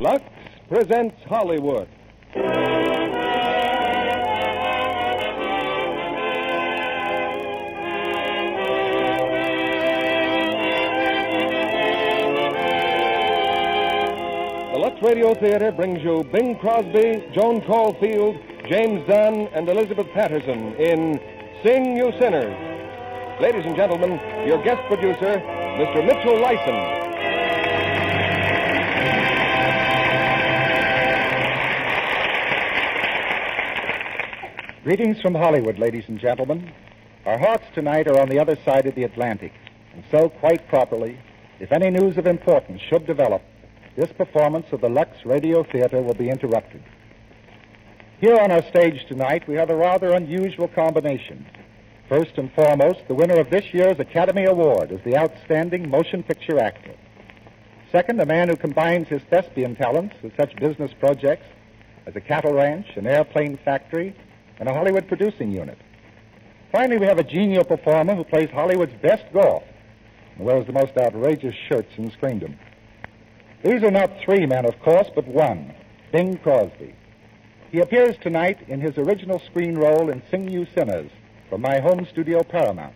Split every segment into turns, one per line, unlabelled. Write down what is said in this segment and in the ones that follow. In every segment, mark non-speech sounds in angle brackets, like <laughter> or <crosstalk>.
Lux presents Hollywood. The Lux Radio Theater brings you Bing Crosby, Joan Caulfield, James Dunn, and Elizabeth Patterson in Sing You Sinners. Ladies and gentlemen, your guest producer, Mr. Mitchell Lyson.
Greetings from Hollywood, ladies and gentlemen. Our hearts tonight are on the other side of the Atlantic, and so, quite properly, if any news of importance should develop, this performance of the Lux Radio Theater will be interrupted. Here on our stage tonight, we have a rather unusual combination. First and foremost, the winner of this year's Academy Award is the Outstanding Motion Picture Actor. Second, a man who combines his thespian talents with such business projects as a cattle ranch, an airplane factory, and a Hollywood producing unit. Finally, we have a genial performer who plays Hollywood's best golf and wears the most outrageous shirts in screendom. These are not three men, of course, but one, Bing Crosby. He appears tonight in his original screen role in Sing You Sinners from my home studio, Paramount,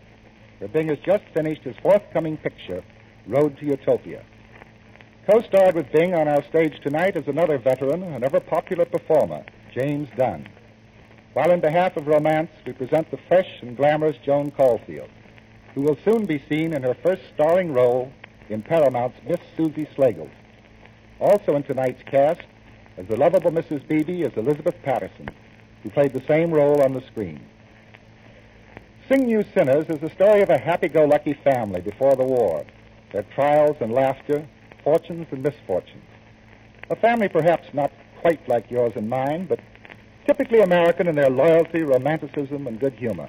where Bing has just finished his forthcoming picture, Road to Utopia. Co-starred with Bing on our stage tonight is another veteran and ever-popular performer, James Dunn. While in behalf of romance, we present the fresh and glamorous Joan Caulfield, who will soon be seen in her first starring role in Paramount's Miss Susie Slagel. Also in tonight's cast, as the lovable Mrs. Beebe is Elizabeth Patterson, who played the same role on the screen. Sing You Sinners is the story of a happy-go-lucky family before the war, their trials and laughter, fortunes and misfortunes. A family perhaps not quite like yours and mine, but typically American in their loyalty, romanticism, and good humor.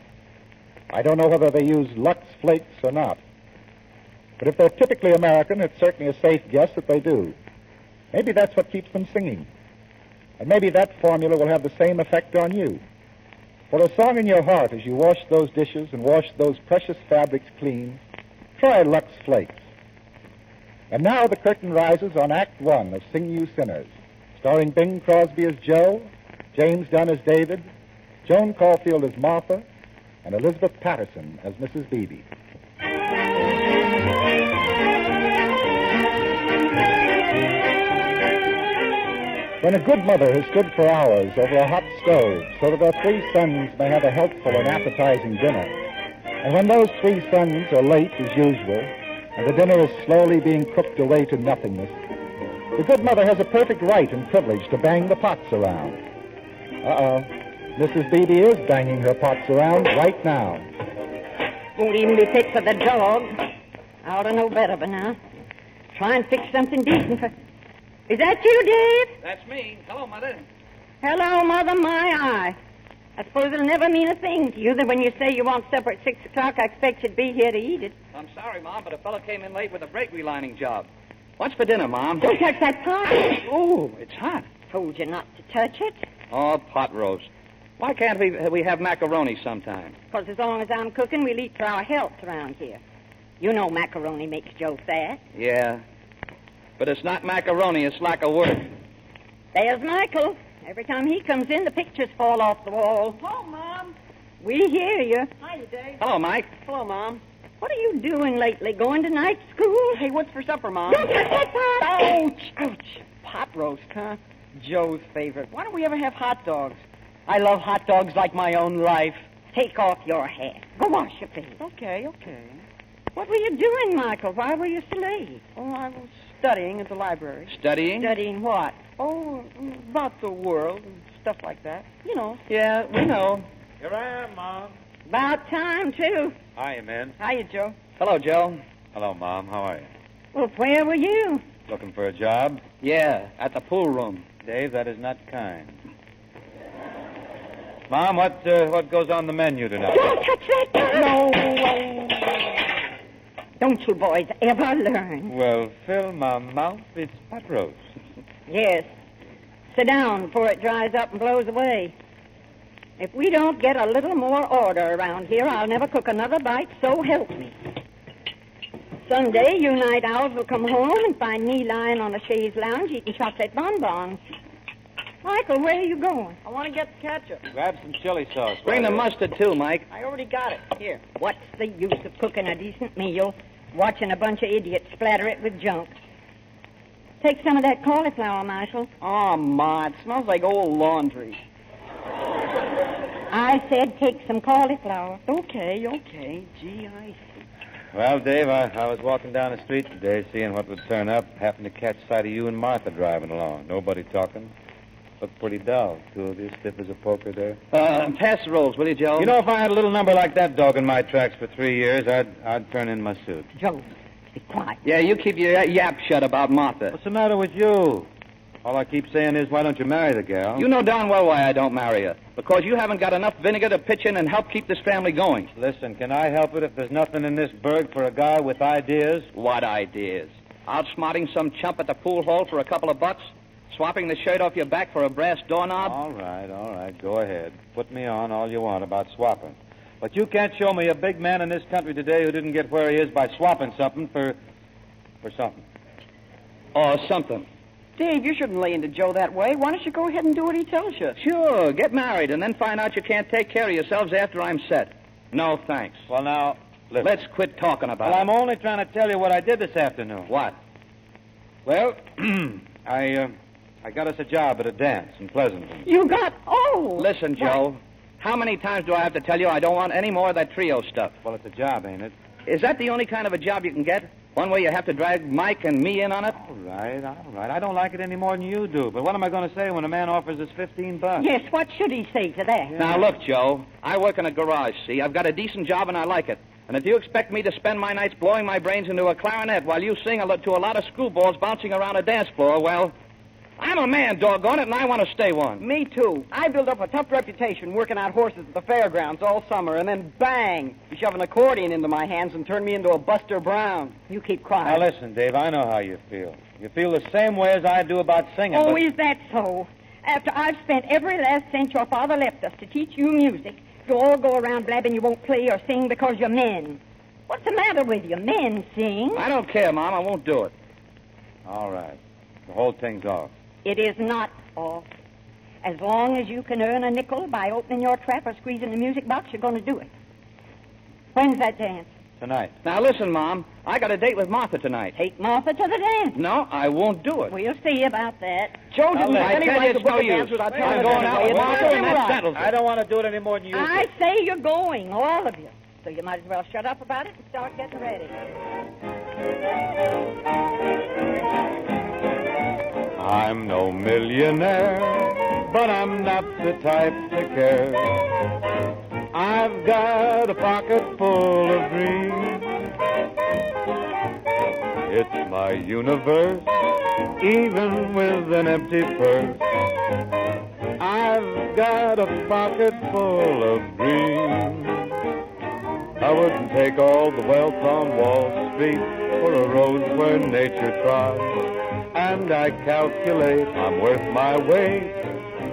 I don't know whether they use Lux flakes or not. But if they're typically American, it's certainly a safe guess that they do. Maybe that's what keeps them singing. And maybe that formula will have the same effect on you. For a song in your heart as you wash those dishes and wash those precious fabrics clean, try Lux Flakes. And now the curtain rises on Act One of Sing You Sinners, starring Bing Crosby as Joe James Dunn as David, Joan Caulfield as Martha, and Elizabeth Patterson as Mrs. Beebe. When a good mother has stood for hours over a hot stove so that her three sons may have a helpful and appetizing dinner, and when those three sons are late as usual, and the dinner is slowly being cooked away to nothingness, the good mother has a perfect right and privilege to bang the pots around. Uh-oh. Mrs. Beebe is banging her pots around right now.
Won't even be fit for the dog. I ought to know better by now. Try and fix something decent for. Is that you, Dave?
That's me. Hello, Mother.
Hello, Mother, my eye. I suppose it'll never mean a thing to you that when you say you want supper at six o'clock, I expect you'd be here to eat it.
I'm sorry, Mom, but a fellow came in late with a brake relining job. What's for dinner, Mom?
Don't touch that pot.
Oh, it's hot.
Told you not to touch it.
Oh, pot roast. Why can't we, we have macaroni sometime?
Because as long as I'm cooking, we'll eat for our health around here. You know macaroni makes Joe fat.
Yeah. But it's not macaroni, it's lack of work.
There's Michael. Every time he comes in, the pictures fall off the wall.
Oh, Mom.
We hear you.
Hiya, Dave.
Hello, Mike.
Hello, Mom.
What are you doing lately? Going to night school?
Hey, what's for supper, Mom?
Don't touch that pot!
Ouch, ouch. Pot roast, huh? Joe's favorite. Why don't we ever have hot dogs? I love hot dogs like my own life.
Take off your hat. Go wash your face.
Okay, okay.
What were you doing, Michael? Why were you so late?
Oh, I was studying at the library.
Studying?
Studying what?
Oh, about the world and stuff like that. You know.
Yeah, we know.
Here I am, Mom.
About time, too.
Hi, man.
Hiya, Joe.
Hello, Joe.
Hello, Mom. How are you?
Well, where were you?
Looking for a job?
Yeah, at the pool room.
Dave, that is not kind. Mom, what uh, what goes on the menu tonight?
<laughs>
Don't touch that pot! No. Don't you boys ever learn.
Well, fill my mouth. It's pot roast.
Yes. Sit down before it dries up and blows away. If we don't get a little more order around here, I'll never cook another bite, so help me. Someday, you night owls will come home and find me lying on a chaise lounge eating chocolate bonbons. Michael, where are you going?
I want to get the ketchup.
Grab some chili sauce.
Bring the
will you?
mustard, too, Mike.
I already got it. Here.
What's the use of cooking a decent meal, watching a bunch of idiots splatter it with junk? Take some of that cauliflower, Michael.
Oh, Ma, it smells like old laundry.
I said take some cauliflower.
Okay, okay. Gee, I
Well, Dave, I, I was walking down the street today, seeing what would turn up. Happened to catch sight of you and Martha driving along. Nobody talking. Looked pretty dull. Two of you stiff as a poker there.
Uh, pass the rolls, will you, Joe?
You know, if I had a little number like that dog in my tracks for three years, I'd I'd turn in my suit.
Joe, be quiet.
Yeah, you keep your yap shut about Martha.
What's the matter with you? All I keep saying is, why don't you marry the gal?
You know darn well why I don't marry her. Because you haven't got enough vinegar to pitch in and help keep this family going.
Listen, can I help it if there's nothing in this burg for a guy with ideas?
What ideas? Outsmarting some chump at the pool hall for a couple of bucks? Swapping the shirt off your back for a brass doorknob?
All right, all right, go ahead. Put me on all you want about swapping. But you can't show me a big man in this country today who didn't get where he is by swapping something for for something.
Or something.
Dave, you shouldn't lay into Joe that way. Why don't you go ahead and do what he tells you?
Sure, get married and then find out you can't take care of yourselves after I'm set. No, thanks.
Well, now, listen.
Let's quit talking about
Well, I'm
it.
only trying to tell you what I did this afternoon.
What?
Well, <clears throat> I uh, I got us a job at a dance in Pleasanton.
You got oh.
Listen, Joe. How many times do I have to tell you I don't want any more of that trio stuff?
Well, it's a job, ain't it?
Is that the only kind of a job you can get? One where you have to drag Mike and me in on it?
All right, all right. I don't like it any more than you do. But what am I going to say when a man offers us fifteen bucks?
Yes, what should he say to that?
Now, look, Joe. I work in a garage, see? I've got a decent job and I like it. And if you expect me to spend my nights blowing my brains into a clarinet while you sing a lot to a lot of screwballs bouncing around a dance floor, well, I'm a man, doggone it, and I want to stay one.
Me too. I built up a tough reputation working out horses at the fairgrounds all summer, and then bang, you shove an accordion into my hands and turn me into a Buster Brown.
You keep quiet.
Now listen, Dave. I know how you feel. You feel the same way as I do about singing.
oh,
but-
is that so? After I've spent every last cent your father left us to teach you music, you all go around blabbing you won't play or sing because you're men. What's the matter with you? Men sing.
I don't care, Mom. I won't do it.
All right. The whole thing's off.
It is not off. As long as you can earn a nickel by opening your trap or squeezing the music box, you're going to do it. When's that dance?
Tonight.
Now, listen, Mom. I got a date with Martha tonight.
Take Martha to the dance.
No, I won't do it.
We'll see about that.
Joe
Now,
didn't
listen,
have any
I tell
right
you
to
it's
book
no
a
use.
dance without
I'm
telling us
going
anyway.
out with
It's
Martha
nothing
and that
right.
settles it.
I don't want to do it any more than you.
I say you're going, all of you. So you might as well shut up about it and start getting ready.
I'm no millionaire, but I'm not the type to care. I've got a pocket full of dreams. It's my universe, even with an empty purse. I've got a pocket full of dreams. I wouldn't take all the wealth on Wall Street for a rose where nature trod. And I calculate I'm worth my weight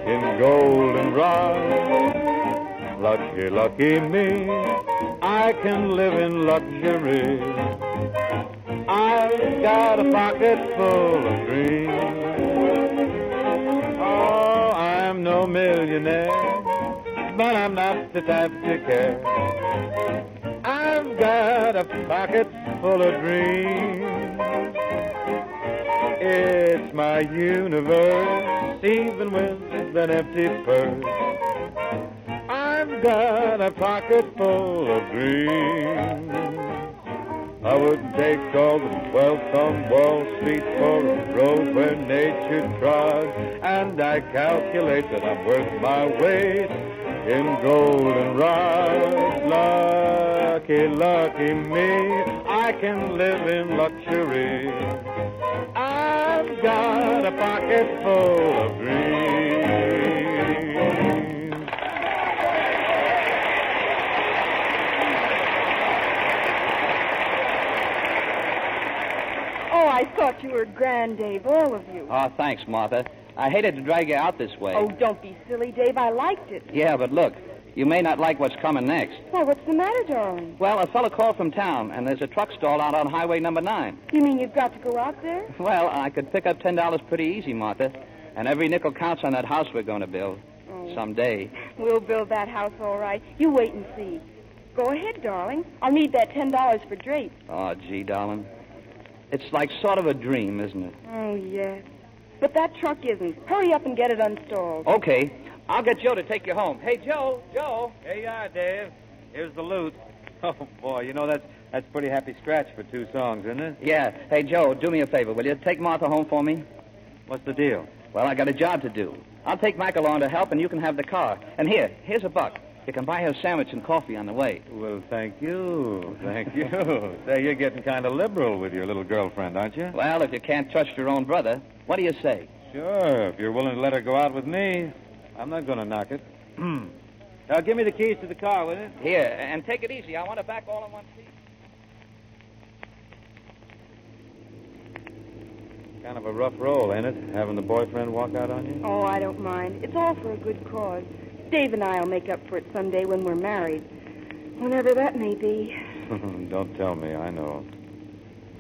in goldenrod.
Lucky, lucky me, I can live in luxury. I've got a pocket full of dreams. Oh, I'm no millionaire, but I'm not the type to care. I've got a pocket full of dreams. It's my universe, even with an empty purse. I've got a pocket full of dreams. I wouldn't take all the wealth on Wall Street for a road where nature trod, and I calculate that I'm worth my weight in goldenrod. Lucky, lucky me, I can live in luxury. I've got a pocket full of dreams.
Oh, I thought you were grand, Dave, all of you.
Oh, thanks, Martha. I hated to drag you out this way.
Oh, don't be silly, Dave. I liked it.
Yeah, but look, you may not like what's coming next.
Why, what's the matter, darling?
Well, a fellow called from town, and there's a truck stall out on Highway number 9.
You mean you've got to go out there?
Well, I could pick up $10 pretty easy, Martha. And every nickel counts on that house we're going to build
Oh.
someday.
We'll build that house all right. You wait and see. Go ahead, darling. I'll need that ten dollars for drapes.
Oh, gee, darling. It's like sort of a dream, isn't it?
Oh, yes. But that truck isn't. Hurry up and get it unstalled.
Okay. I'll get Joe to take you home. Hey, Joe, Joe.
Here you are, Dave. Here's the loot. <laughs> Oh boy, you know that's that's pretty happy scratch for two songs, isn't it?
Yeah. Hey, Joe, do me a favor, will you? Take Martha home for me.
What's the deal?
Well, I got a job to do. I'll take Mac along to help, and you can have the car. And here, here's a buck. You can buy her a sandwich and coffee on the way.
Well, thank you, thank
<laughs>
you. Say, you're getting kind of liberal with your little girlfriend, aren't you?
Well, if you can't trust your own brother, what do you say?
Sure, if you're willing to let her go out with me, I'm not going to knock it. now, give me the keys to the car, will you?
Hmm. Here, and take it easy. I want it back all in one piece.
Kind of a rough roll, ain't it? Having the boyfriend walk out on you.
Oh, I don't mind. It's all for a good cause. Dave and I'll make up for it someday when we're married. Whenever that may be.
Mm-hmm. Don't tell me. I know.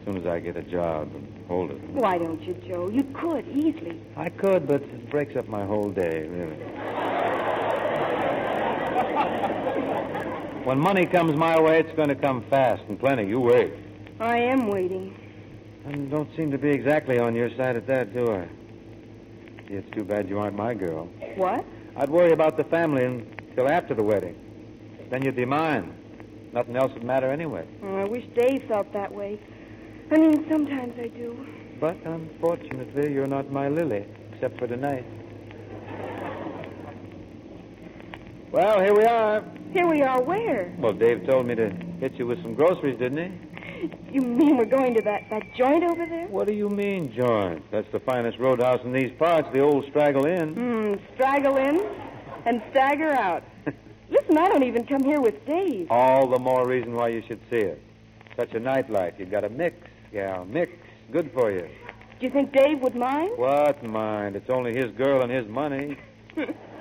As soon as I get a job, hold it.
Why don't you, Joe? You could easily.
I could, but it breaks up my whole day, really. <laughs> when money comes my way, it's going to come fast and plenty. You wait.
I am waiting.
I don't seem to be exactly on your side at that, do I? Gee, It's too bad you aren't my girl.
What?
I'd worry about the family until after the wedding. Then you'd be mine. Nothing else would matter anyway.
Oh, I wish Dave felt that way. I mean, sometimes I do.
But unfortunately, you're not my Lily, except for tonight. Well, here we are.
Here we are. Where?
Well, Dave told me to hit you with some groceries, didn't he?
You mean we're going to that, that joint over there?
What do you mean, John? That's the finest roadhouse in these parts, the old Straggle Inn.
Hmm. Straggle in and
<laughs>
stagger out. Listen, I don't even come here with Dave.
All the more reason why you should see it. Such a nightlife. You've got a mix, gal, mix. Good for you.
Do you think Dave would mind?
What mind? It's only his girl and his money.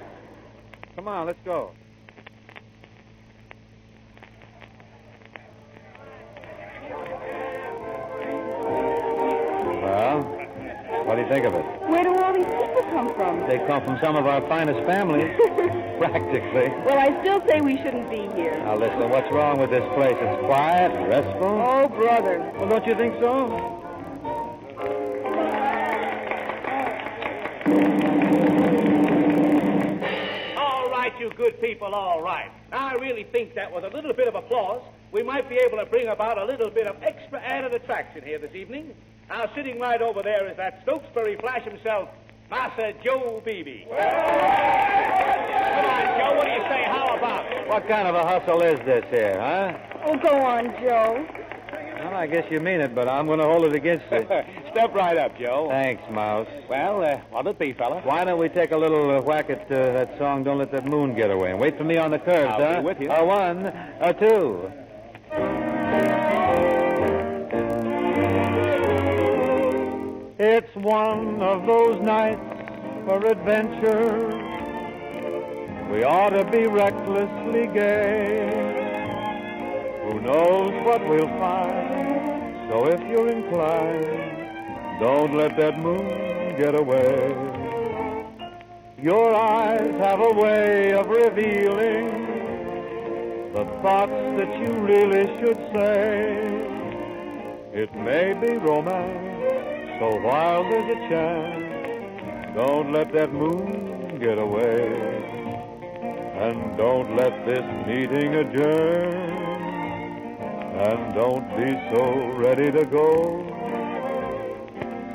<laughs> Come on, let's go. Well, what do you think of it?
Where do all these people come from?
They come from some of our finest <laughs> families, practically.
Well, I still say we shouldn't be here.
Now listen, what's wrong with this place? It's quiet, and restful.
Oh, brother.
Well, don't you think so?
All right, you good people, all right. I really think that with a little bit of applause, we might be able to bring about a little bit of extra added attraction here this evening. Now, sitting right over there is that Stokesbury flash himself, Master Joe Beebe. Come on, Joe, what do you say? How about it?
What kind of a hustle is this here, huh?
Oh, go on, Joe.
Well, I guess you mean it, but I'm going to hold it against you.
<laughs> Step right up, Joe.
Thanks, Mouse.
Well, uh, what'll it be, fella?
Why don't we take a little uh, whack at uh, that song, Don't Let That Moon Get Away, and wait for me on the curves,
I'll be
huh?
with you.
A one, a two. It's one of those nights for adventure.
We ought to be recklessly gay. Who knows what we'll find? So if you're inclined, don't let that moon get away. Your eyes have a way of revealing the thoughts that you really should say. It may be romance, so while there's a chance, don't let that moon get away. And don't let this meeting adjourn. And don't be so ready to go.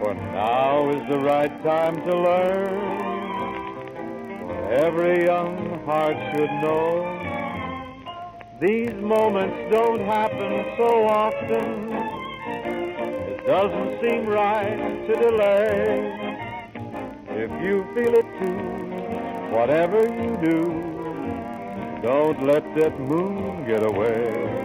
For now is the right time to learn. For every young heart should know. These moments don't happen so often. It doesn't seem right to delay. If you feel it too, whatever you do, don't let that moon get away.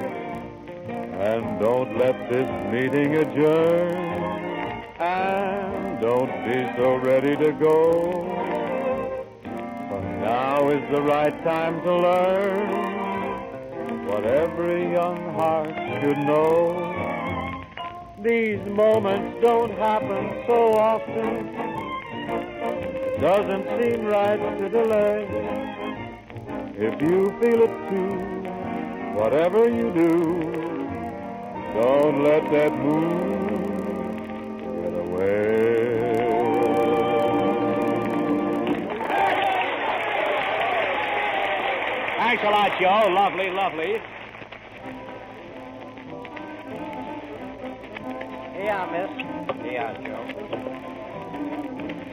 And don't let this meeting adjourn. And don't be so ready to go. For now is the right time to learn what every young heart should know. These moments don't happen so often. Doesn't seem right to delay. If you feel it too, whatever you do, don't let that moon get away.
Thanks a lot, Joe. Lovely, lovely.
Yeah, miss.
Yeah, Joe.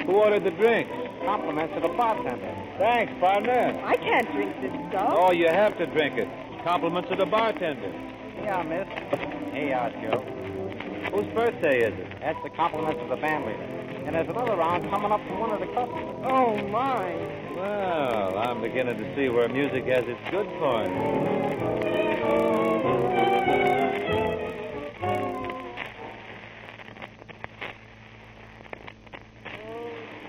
Who ordered the drinks?
Compliments to the bartender.
Thanks, partner.
I can't drink this stuff.
Oh, you have to drink it. Compliments to the bartender.
Yeah, miss. Hey, uh, Joe.
Whose birthday is it?
That's the compliments of the family. And there's another round coming up from one of the customers.
Oh, my.
Well, I'm beginning to see where music has its good points.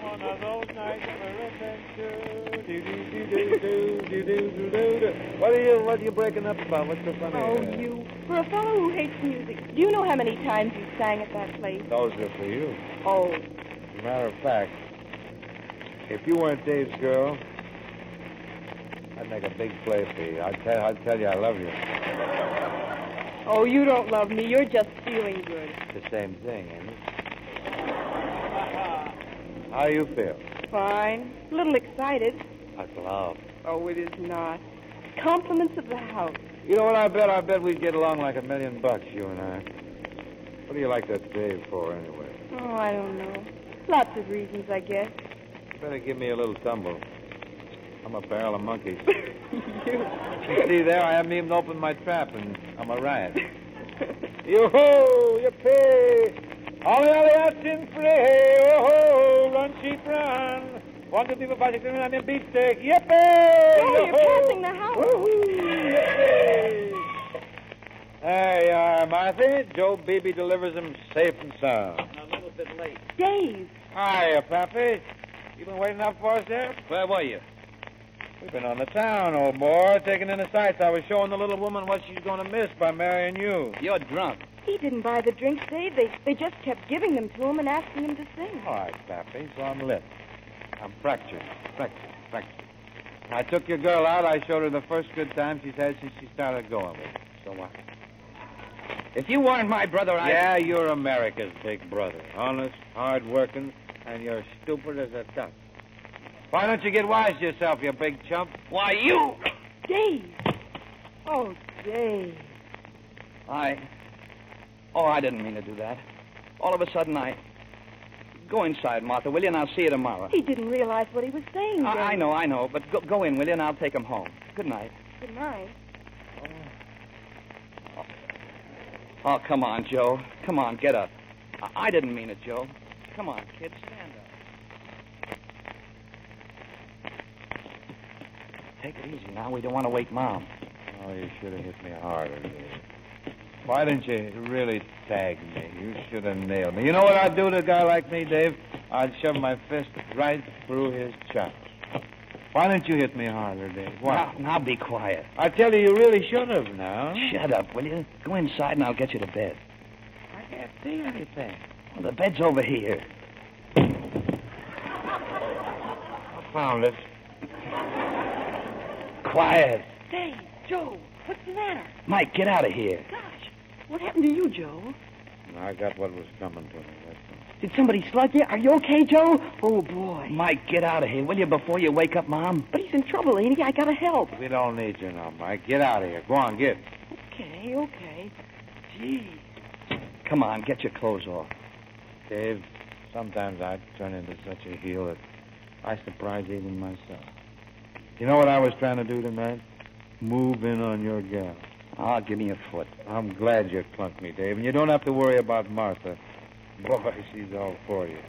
One of those nights for adventure. Do-do-do-do-do-do-do-do.
<laughs> What are you what are you breaking up about? What's so funny?
Oh, you. For a fellow who hates music, do you know how many times you sang at that place?
Those are for you.
Oh,
As a matter of fact, if you weren't Dave's girl, I'd make a big play for you. I'd tell, I'd tell you I love you.
oh, you don't love me. You're just feeling good.
It's the same thing, ain't it? How you feel?
Fine. A little excited.
That's love.
Oh, it is not. Compliments of the house.
You know what I bet? I bet we'd get along like a million bucks, you and I. What do you like that Dave for, anyway?
Oh, I don't know. Lots of reasons, I guess.
Better give me a little tumble. I'm a barrel of monkeys.
<laughs> you.
You see there, I haven't even opened my trap, and I'm a riot. Yoo-hoo! Yippee! Ollie, ollie, out in free! Oh-ho! Run, sheep, run! One, two, three, four, five, six, seven, eight, beef steak! Yippee!
Oh,
Joe, you're
Yoo-hoo!
passing the house.
There you are, uh, Martha. Joe Beebe delivers them safe and sound.
A little bit late.
Dave.
Hiya, Pappy. You been waiting up for us there?
Where were you?
We've been on the town, old boy, taking in the sights. I was showing the little woman what she's going to miss by marrying you.
You're drunk.
He didn't buy the drinks, Dave. They, they just kept giving them to him and asking him to sing.
All right, Pappy, so I'm lit. I'm fractured. Fractured. Fractured. I took your girl out. I showed her the first good time she's had since she started going with. me.
So what? If you weren't my brother, I.
Yeah, you're America's big brother. Honest, hard-working, and you're stupid as a duck. Why don't you get wise to yourself, you big chump?
Why, you.
Dave. Oh, Dave.
I. Oh, I didn't mean to do that. All of a sudden, I. Go inside, Martha, will you? And I'll see you tomorrow.
He didn't realize what he was saying. Dave.
I, I know, I know. But go, go in, will you? And I'll take him home. Good night.
Good night.
Oh, come on, Joe. Come on, get up. I, I didn't mean it, Joe. Come on, kid, stand up. Take it easy now. We don't want to wake Mom.
Oh, you should have hit me harder. Dave. Why didn't you really tag me? You should have nailed me. You know what I'd do to a guy like me, Dave? I'd shove my fist right through his chops. Why didn't you hit me harder, Dave? Why?
Now, now be quiet.
I tell you, you really should have now.
Shut up, will you? Go inside and I'll get you to bed.
I can't see anything.
Well, the bed's over here.
I found it.
Quiet.
Dave, Joe, what's the matter?
Mike, get out of here.
Gosh, what happened to you, Joe?
I got what was coming to me. That's all.
Did somebody slug you? Are you okay, Joe? Oh, boy.
Mike, get out of here, will you, before you wake up, Mom?
But he's in trouble, ain't he? I gotta help.
We don't need you now, Mike. Get out of here. Go on, get.
Okay, okay. Gee.
Come on, get your clothes off.
Dave, sometimes I turn into such a heel that I surprise even myself. You know what I was trying to do tonight? Move in on your gal.
Ah, give me a foot.
I'm glad you clunked me, Dave, and you don't have to worry about Martha. Boy, she's all for you.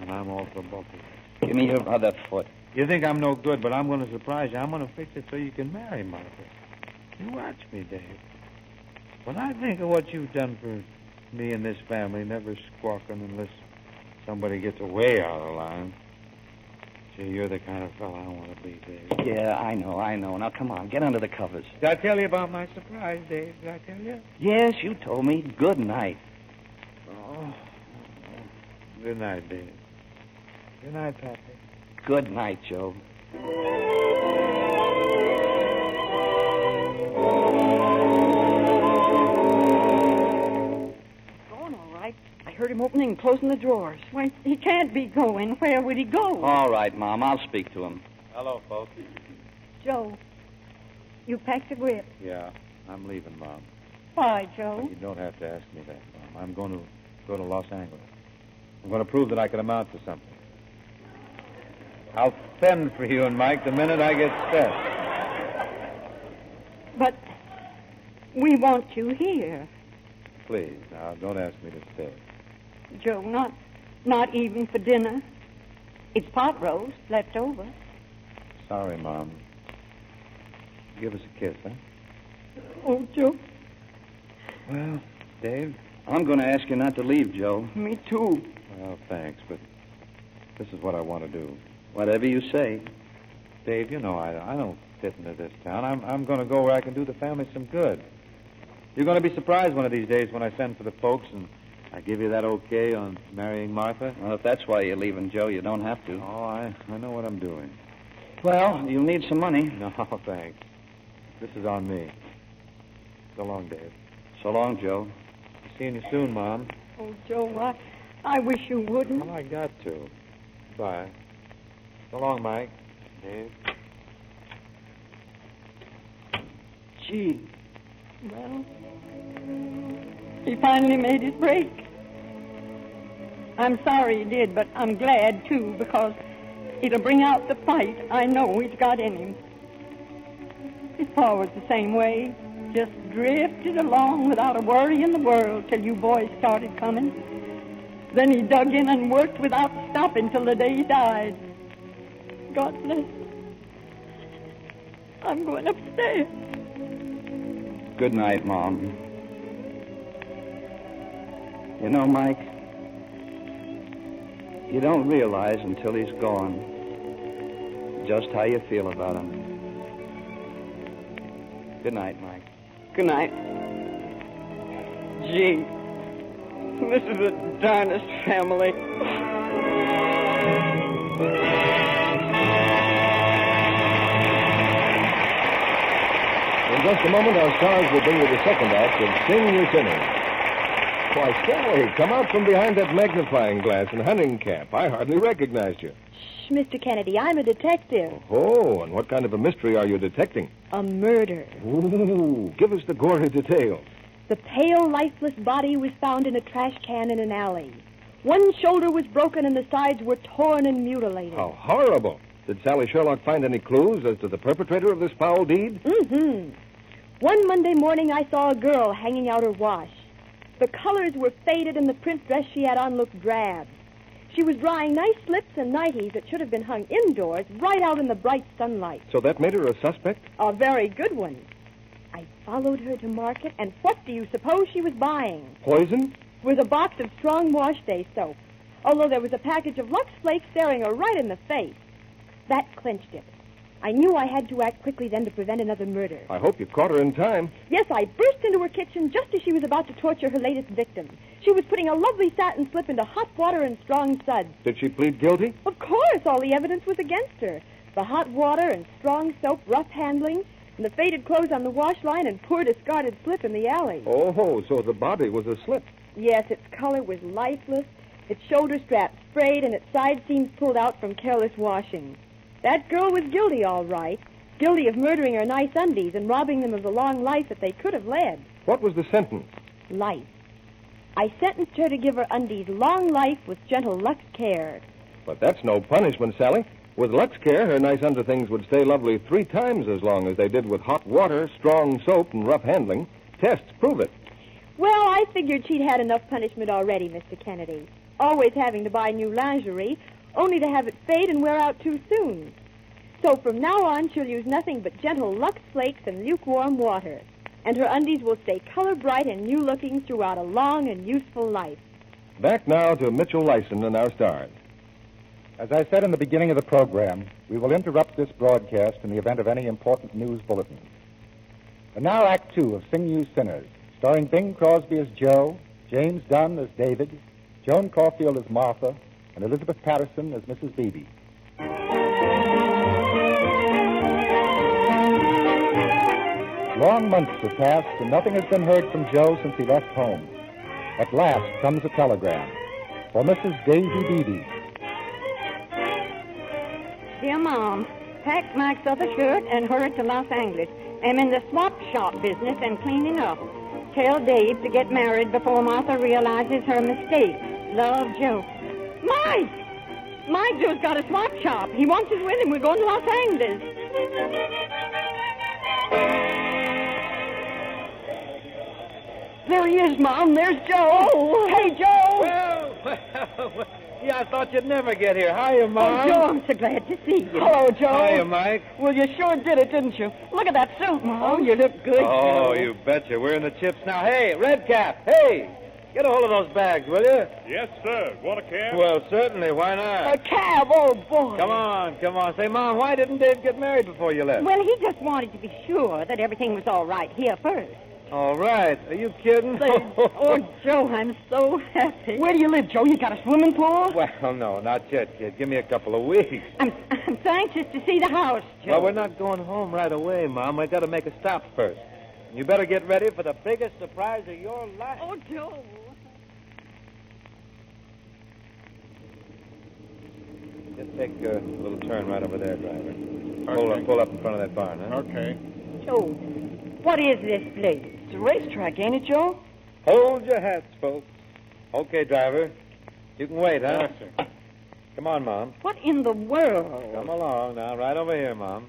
And I'm all for both of you.
Give me your other foot.
You think I'm no good, but I'm going to surprise you. I'm going to fix it so you can marry Martha. You watch me, Dave. When I think of what you've done for me and this family, never squawking unless somebody gets way out of line. Gee, you're the kind of fellow I want to be, Dave.
Yeah, I know, I know. Now, come on, get under the covers.
Did I tell you about my surprise, Dave? Did I tell you?
Yes, you told me. Good night.
Oh. Good night, Dave. Good night, Pappy.
Good night, Joe.
Going all right. I heard him opening and closing the drawers. Why, he can't be going. Where would he go?
All right, Mom, I'll speak to him.
Hello, folks.
Joe, you packed a grip.
Yeah, I'm leaving, Mom.
Why,
But
Joe?
You don't have to ask me that, Mom. I'm going to go to Los Angeles. I'm going to prove that I can amount to something. I'll fend for you and Mike the minute I get set.
But we want you here.
Please, now, don't ask me to stay.
Joe, not not even for dinner. It's pot roast left over.
Sorry, Mom. Give us a kiss, huh?
Oh, Joe.
Well, Dave.
I'm going to ask you not to leave, Joe.
Me too.
Well, thanks, but this is what I want to do.
Whatever you say.
Dave, you know I, I don't fit into this town. I'm, I'm going to go where I can do the family some good. You're going to be surprised one of these days when I send for the folks and I give you that okay on marrying Martha.
Well, if that's why you're leaving, Joe, you don't have
Oh,
to.
I, I know what I'm doing.
Well, you'll need some money.
<laughs> No, thanks. This is on me. So long, Dave.
So long, Joe.
Seeing you soon, Mom.
Oh, Joe, I, I wish you wouldn't.
Well, I got to. Bye. So long, Mike. Dave.
Gee. Well, he finally made his break. I'm sorry he did, but I'm glad, too, because it'll bring out the fight I know he's got in him. His pa was the same way, just drifted along without a worry in the world till you boys started coming. Then he dug in and worked without stopping till the day he died. God bless him. I'm going upstairs.
Good night, Mom. You know, Mike, you don't realize until he's gone just how you feel about him. Good night, Mike.
Good night. Gee, this is the darndest family.
In just a moment, our stars will bring you the second act of Sing You Sinner. Why, Sally, come out from behind that magnifying glass and hunting cap. I hardly recognized you.
Shh, Mr. Kennedy, I'm a detective.
Oh, and what kind of a mystery are you detecting?
A murder.
Ooh, give us the gory details.
The pale, lifeless body was found in a trash can in an alley. One shoulder was broken and the sides were torn and mutilated.
How horrible. Did Sally Sherlock find any clues as to the perpetrator of this foul deed?
Mm-hmm. One Monday morning, I saw a girl hanging out her wash. The colors were faded, and the print dress she had on looked drab. She was drying nice slips and nighties that should have been hung indoors, right out in the bright sunlight.
So that made her a suspect?
A very good one. I followed her to market, and what do you suppose she was buying?
Poison?
Was a box of strong wash day soap, although there was a package of Lux Flakes staring her right in the face. That clinched it. I knew I had to act quickly then to prevent another murder.
I hope you caught her in time.
Yes, I burst into her kitchen just as she was about to torture her latest victim. She was putting a lovely satin slip into hot water and strong suds.
Did she plead guilty?
Of course, all the evidence was against her. The hot water and strong soap, rough handling, and the faded clothes on the wash line and poor discarded slip in the alley.
Oh, so the body was a slip.
Yes, its color was lifeless, its shoulder straps frayed, and its side seams pulled out from careless washing. That girl was guilty, all right. Guilty of murdering her nice undies and robbing them of the long life that they could have led.
What was the sentence?
Life. I sentenced her to give her undies long life with gentle Lux care.
But that's no punishment, Sally. With Lux Care, her nice underthings would stay lovely three times as long as they did with hot water, strong soap, and rough handling. Tests prove it.
Well, I figured she'd had enough punishment already, Mr. Kennedy. Always having to buy new lingerie, only to have it fade and wear out too soon. So from now on, she'll use nothing but gentle Lux flakes and lukewarm water. And her undies will stay color bright and new looking throughout a long and useful life.
Back now to Mitchell Lyson and our stars.
As I said in the beginning of the program, we will interrupt this broadcast in the event of any important news bulletin. And now, Act Two of Sing You Sinners, starring Bing Crosby as Joe, James Dunn as David, Joan Caulfield as Martha, and Elizabeth Patterson as Mrs. Beebe. Long months have passed, and nothing has been heard from Joe since he left home. At last comes a telegram for Mrs. Daisy Beebe.
Dear Mom, packed Mike's other shirt and hurried to Los Angeles. Am in the swap shop business and cleaning up. Tell Dave to get married before Martha realizes her mistake. Love, Joe. Mike! Mike Joe's got a swap shop. He wants us with him. We're going to Los Angeles.
There he is, Mom. There's Joe. Hey, Joe.
Well, well, yeah, I thought you'd never get here. Hiya, Mom.
Oh, Joe, I'm
so glad to see you.
Hello, Joe.
Hiya, Mike.
Well, you sure did it, didn't you? Look at that suit, Mom. Oh, you look good,
oh,
Joe.
you betcha. We're in the chips now. Hey, Red Cap. Hey, get a hold of those bags, will you?
Yes, sir. Want a cab?
Well, certainly. Why not?
A cab, oh boy.
Come on, come on. Say, Mom, why didn't Dave get married before you left?
Well, he just wanted to be sure that everything was all right here first.
All right. Are you kidding? <laughs>
oh, Joe, I'm so happy.
Where do you live, Joe? You got a swimming pool?
Well, no, not yet, kid. Give me a couple of weeks.
I'm so anxious to see the house, Joe.
Well, we're not going home right away, Mom. I got to make a stop first. You better get ready for the biggest surprise of your life.
Oh, Joe.
Just take a little turn right over there, driver. Pull up, pull up in front of that barn, huh?
Okay.
Joe, what is this place?
It's a racetrack, ain't it, Joe?
Hold your hats, folks. Okay, driver. You can wait, huh?
Yes, sir.
Come on, Mom.
What in the world?
Come along now, right over here, Mom.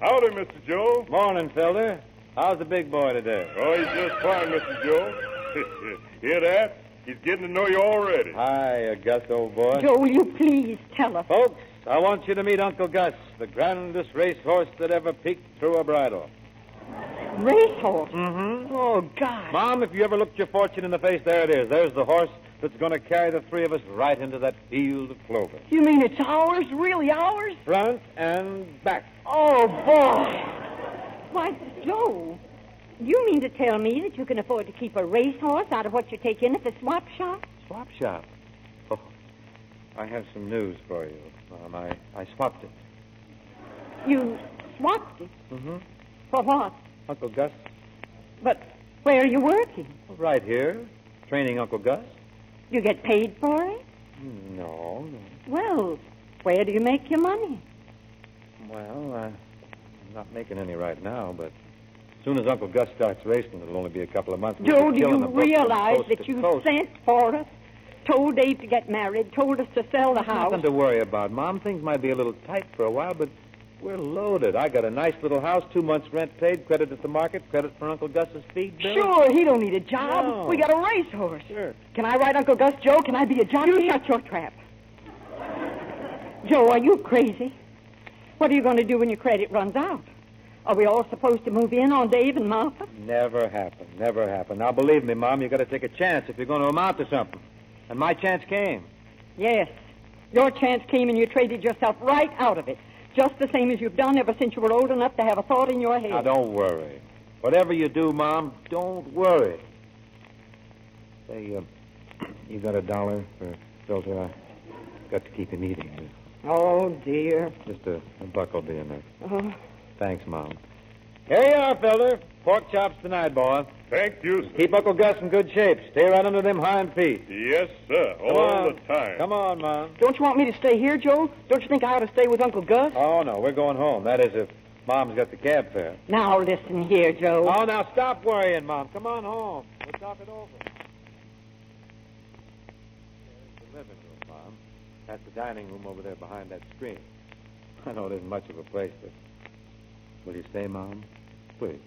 Howdy, Mr. Joe.
Morning, Felder. How's the big boy today?
Oh, he's just fine, Mr. Joe. <laughs> Hear that? He's getting to know you already.
Hi, Gus, old boy.
Joe, will you please tell us?
Folks, I want you to meet Uncle Gus, the grandest racehorse that ever peeked through a bridle.
Racehorse?
Mm-hmm.
Oh, God.
Mom, if you ever looked your fortune in the face, there it is. There's the horse that's going to carry the three of us right into that field of clover.
You mean it's ours? Really ours?
Front and back.
Oh, boy.
Why, Joe, you mean to tell me that you can afford to keep a racehorse out of what you take in at the swap shop?
Swap shop. Oh, I have some news for you, Mom. I, I swapped it.
You swapped it
Mm-hmm.
for what?
Uncle Gus,
But where are you working?
right here, training Uncle Gus.
You get paid for it?
No, no.
Well, where do you make your money?
Well, uh, I'm not making any right now, but as soon as Uncle Gus starts racing, it'll only be a couple of months.
Joe,
We'll be
do
killing
you
the books from
realize
coast
that
to
you
coast.
sent for us, told Dave to get married, told us to sell the house?
Nothing to worry about, Mom. Things might be a little tight for a while, but we're loaded. I got a nice little house, two months' rent paid, credit at the market, credit for Uncle Gus's feed bill.
Sure, he don't need a job.
No.
We got a racehorse.
Sure.
Can I ride Uncle Gus, Joe? Can I be a jockey?
You shut your trap. Joe, are you crazy? What are you going to do when your credit runs out? Are we all supposed to move in on Dave and Martha?
Never happened. Never happened. Now, believe me, Mom, you got to take a chance if you're going to amount to something. And my chance came.
Yes. Your chance came and you traded yourself right out of it. Just the same as you've done ever since you were old enough to have a thought in your head.
Now, don't worry. Whatever you do, Mom, don't worry. Say, uh, you got a dollar for filter? I got to keep him eating.
Oh, dear.
Just a, a buck will be enough.
Oh,
Thanks, Mom. Here you are, Felder. uh, Pork chops tonight, boy.
Thank you, sir.
Keep Uncle Gus in good shape. Stay right under them hind feet.
Yes, sir.
Come
All
on.
the time.
Come on, Mom.
Don't you want me to stay here, Joe? Don't you think I ought to stay with Uncle Gus?
Oh, no, we're going home. That is, if Mom's got the cab fare.
now listen here, Joe.
Oh, now stop worrying, Mom. Come on home. We'll talk it over. There's the living room, Mom. That's the dining room over there behind that screen. <laughs> I know it isn't much of a place, but. Will you stay, Mom? Please.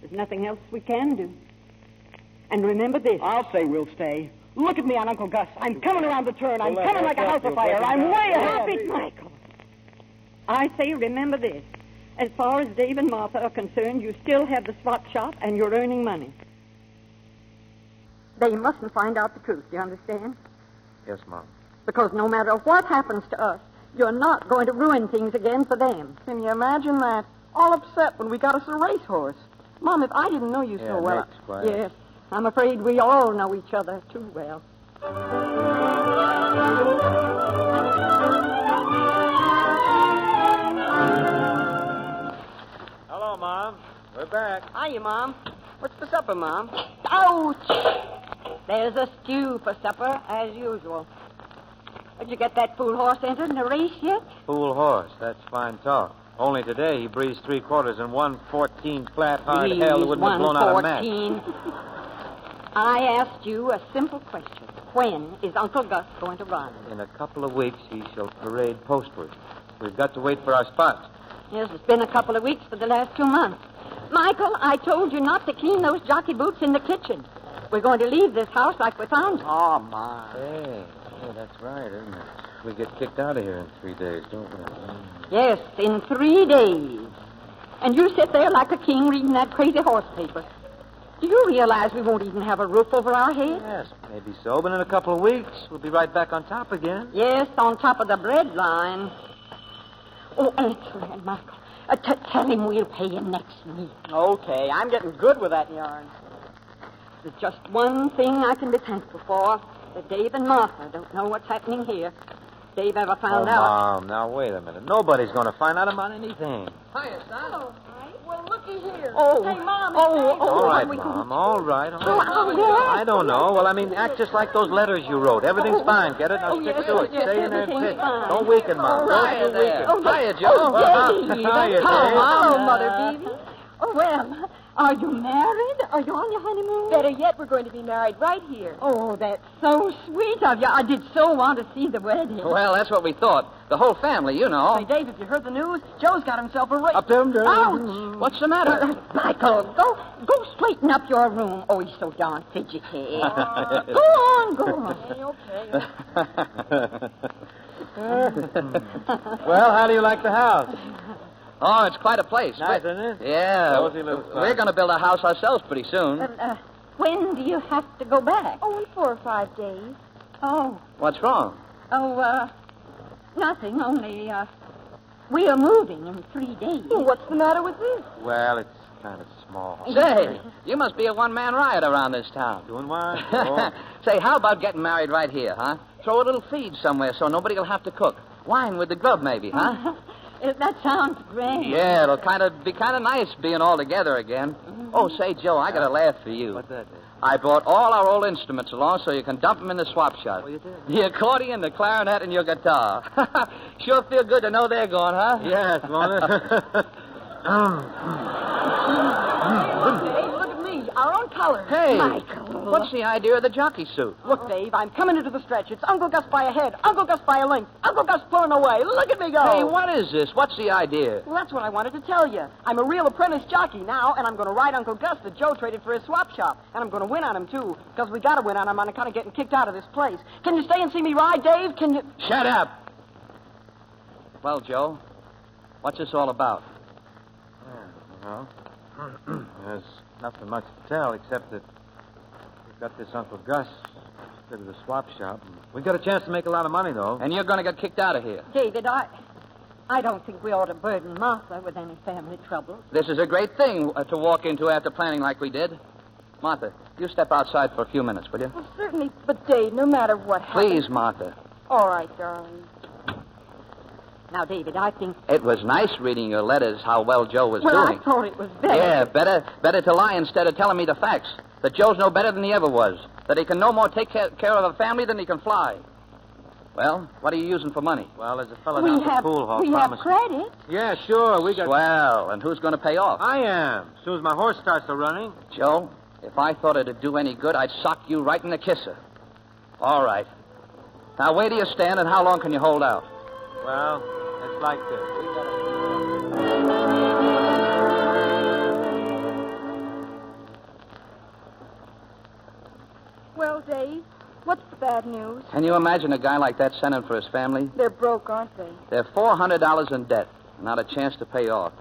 There's nothing else we can do. And remember this.
I'll say we'll stay. Look at me on Uncle Gus. I'm coming around the turn. I'm
Well,
coming like
that's
a
up
house
to you,
afire.
Blackie.
I'm way
Stop
ahead.
it, Michael. I say, remember this. As far as Dave and Martha are concerned, you still have the swap shop and you're earning money. They mustn't find out the truth, do you understand?
Yes, Mom.
Because no matter what happens to us, you're not going to ruin things again for them.
Can you imagine that? All upset when we got us a racehorse. Mom, if I didn't know you
Yeah,
so well.
Nick's quiet. Yes. I'm afraid we all know each other too well.
Hello, Mom. We're back.
Hiya, Mom. What's for supper, Mom? Ouch!
There's a stew for supper, as usual. Did you get that fool horse entered in the race yet?
Fool horse. That's fine talk. Only today he breezed three quarters and one fourteen flat hard Oh, hell that wouldn't have blown out a match.
114. I asked you a simple question. When is Uncle Gus going to run?
In a couple of weeks, he shall parade postward. We've got to wait for our spots.
Yes, it's been a couple of weeks for the last two months. Michael, I told you not to clean those jockey boots in the kitchen. We're going to leave this house like we found it.
Oh, my.
Hey, hey, that's right, isn't it? We get kicked out of here in three days, don't we?
Yes, in three days. And you sit there like a king reading that crazy horse paper. Do you realize we won't even have a roof over our head?
Yes, maybe so, but in a couple of weeks, we'll be right back on top again.
Yes, on top of the bread line. Oh, answer him, Michael. Uh, t- tell him we'll pay him next week.
Okay, I'm getting good with that yarn.
There's just one thing I can be thankful for that Dave and Martha don't know what's happening here. Dave ever found
oh,
out.
Mom, now wait a minute. Nobody's going to find out about anything.
Hiya, son. Oh, well, looky here.
Oh.
Hey, Mom.
Oh, oh,
all right,
we can-
Mom. All right. All
Oh,
right.
oh, yes.
I don't know. Well, I mean, act just like those letters you wrote. Everything's fine. Get it? Now
Oh,
stick
yes,
to it.
yes,
Stay in there and
everything's
sit.
fine.
Don't weaken, Mom.
All
Don't
right,
you
there.
weaken.
Oh, yes.
Hiya, Joe.
Oh,
<laughs>
Dave.
Hiya,
Come
Dave.
on,
Mother Beebe.
Oh, well, are you married? Are you on your honeymoon?
Better yet, we're going to be married right here.
Oh, that's so sweet of you. I did so want to see the wedding.
Well, that's what we thought. The whole family, you know.
Say, Dave, if you heard the news, Joe's got himself a race.
Up there, down.
Ouch!
What's the matter?
Michael, go go straighten up your room. Oh, he's so darn
<laughs>
fidgety. oh,
<laughs>
go on, go on.
<laughs>
<laughs>
<laughs>
well, how do you like the house?
Oh, it's quite a place.
Nice,
We-
isn't it?
Yeah.
Cozy little place.
We're going to build a house ourselves pretty soon.
But, uh, when do you have to go back?
Only four or five days.
Oh,
What's wrong?
oh, uh, nothing. Only uh, we are moving in three days.
Well, what's the matter with this?
Well, it's kind of small.
Say, you must be a one man riot around this town.
Doing what? Oh.
<laughs> Say, how about getting married right here, huh? Throw a little feed somewhere so nobody will have to cook. Wine with the grub, maybe, huh?
<laughs> Uh, that sounds grand.
yeah, it'll kind of be kind of nice being all together again. Oh, say, Joe, I got a laugh for you. What's
that?
I brought all our old instruments along so you can dump them in the swap shop.
Oh, you did?
The accordion, the clarinet, and your guitar. <laughs> sure feel good to know they're gone, huh?
Yes, won't it?
<laughs>
<laughs>
<laughs>
Dave, look at me. Our own colors.
Hey,
Michael.
what's the idea of the jockey suit?
Look, Dave, I'm coming into the stretch. It's Uncle Gus by a head, Uncle Gus by a length, Uncle Gus pulling away. Look at me go.
Hey, what is this? What's the idea?
Well, that's what I wanted to tell you. I'm a real apprentice jockey now, and I'm going to ride Uncle Gus that Joe traded for his swap shop. And I'm going to win on him, too, because we got to win on him on account of getting kicked out of this place. Can you stay and see me ride, Dave? Can you...
Shut up. Well, Joe, what's this all about?
Well, Oh, there's nothing much to tell except that we've got this Uncle Gus to the swap shop. We've got a chance to make a lot of money, though.
And you're going to get kicked out of here.
David, I
I don't think we ought to burden Martha with any family troubles.
This is a great thing uh, to walk into after planning like we did. Martha, you step outside for a few minutes, will you?
Well, certainly, but Dave, no matter what happens.
Please, Martha.
All right, darling. Now, David, I think.
It was nice reading your letters, how well Joe was
well,
doing.
I thought it was better.
Yeah, better better to lie instead of telling me the facts. That Joe's no better than he ever was. That he can no more take care, care of a family than he can fly. Well, what are you using for money?
Well, there's a fellow
we
down at
have,
the pool hall
we have
promised.
credit.
Yeah, sure, we got.
Well, and who's going to pay off?
I am. As soon as my horse starts a running.
Joe, if I thought it'd do any good, I'd sock you right in the kisser. All right. Now, where do you stand, and how long can you hold out?
Well, it's like this.
Well, Dave, what's the bad news?
Can you imagine a guy like that sending for his family?
They're broke, aren't they?
They're $400 in debt, and not a chance to pay off.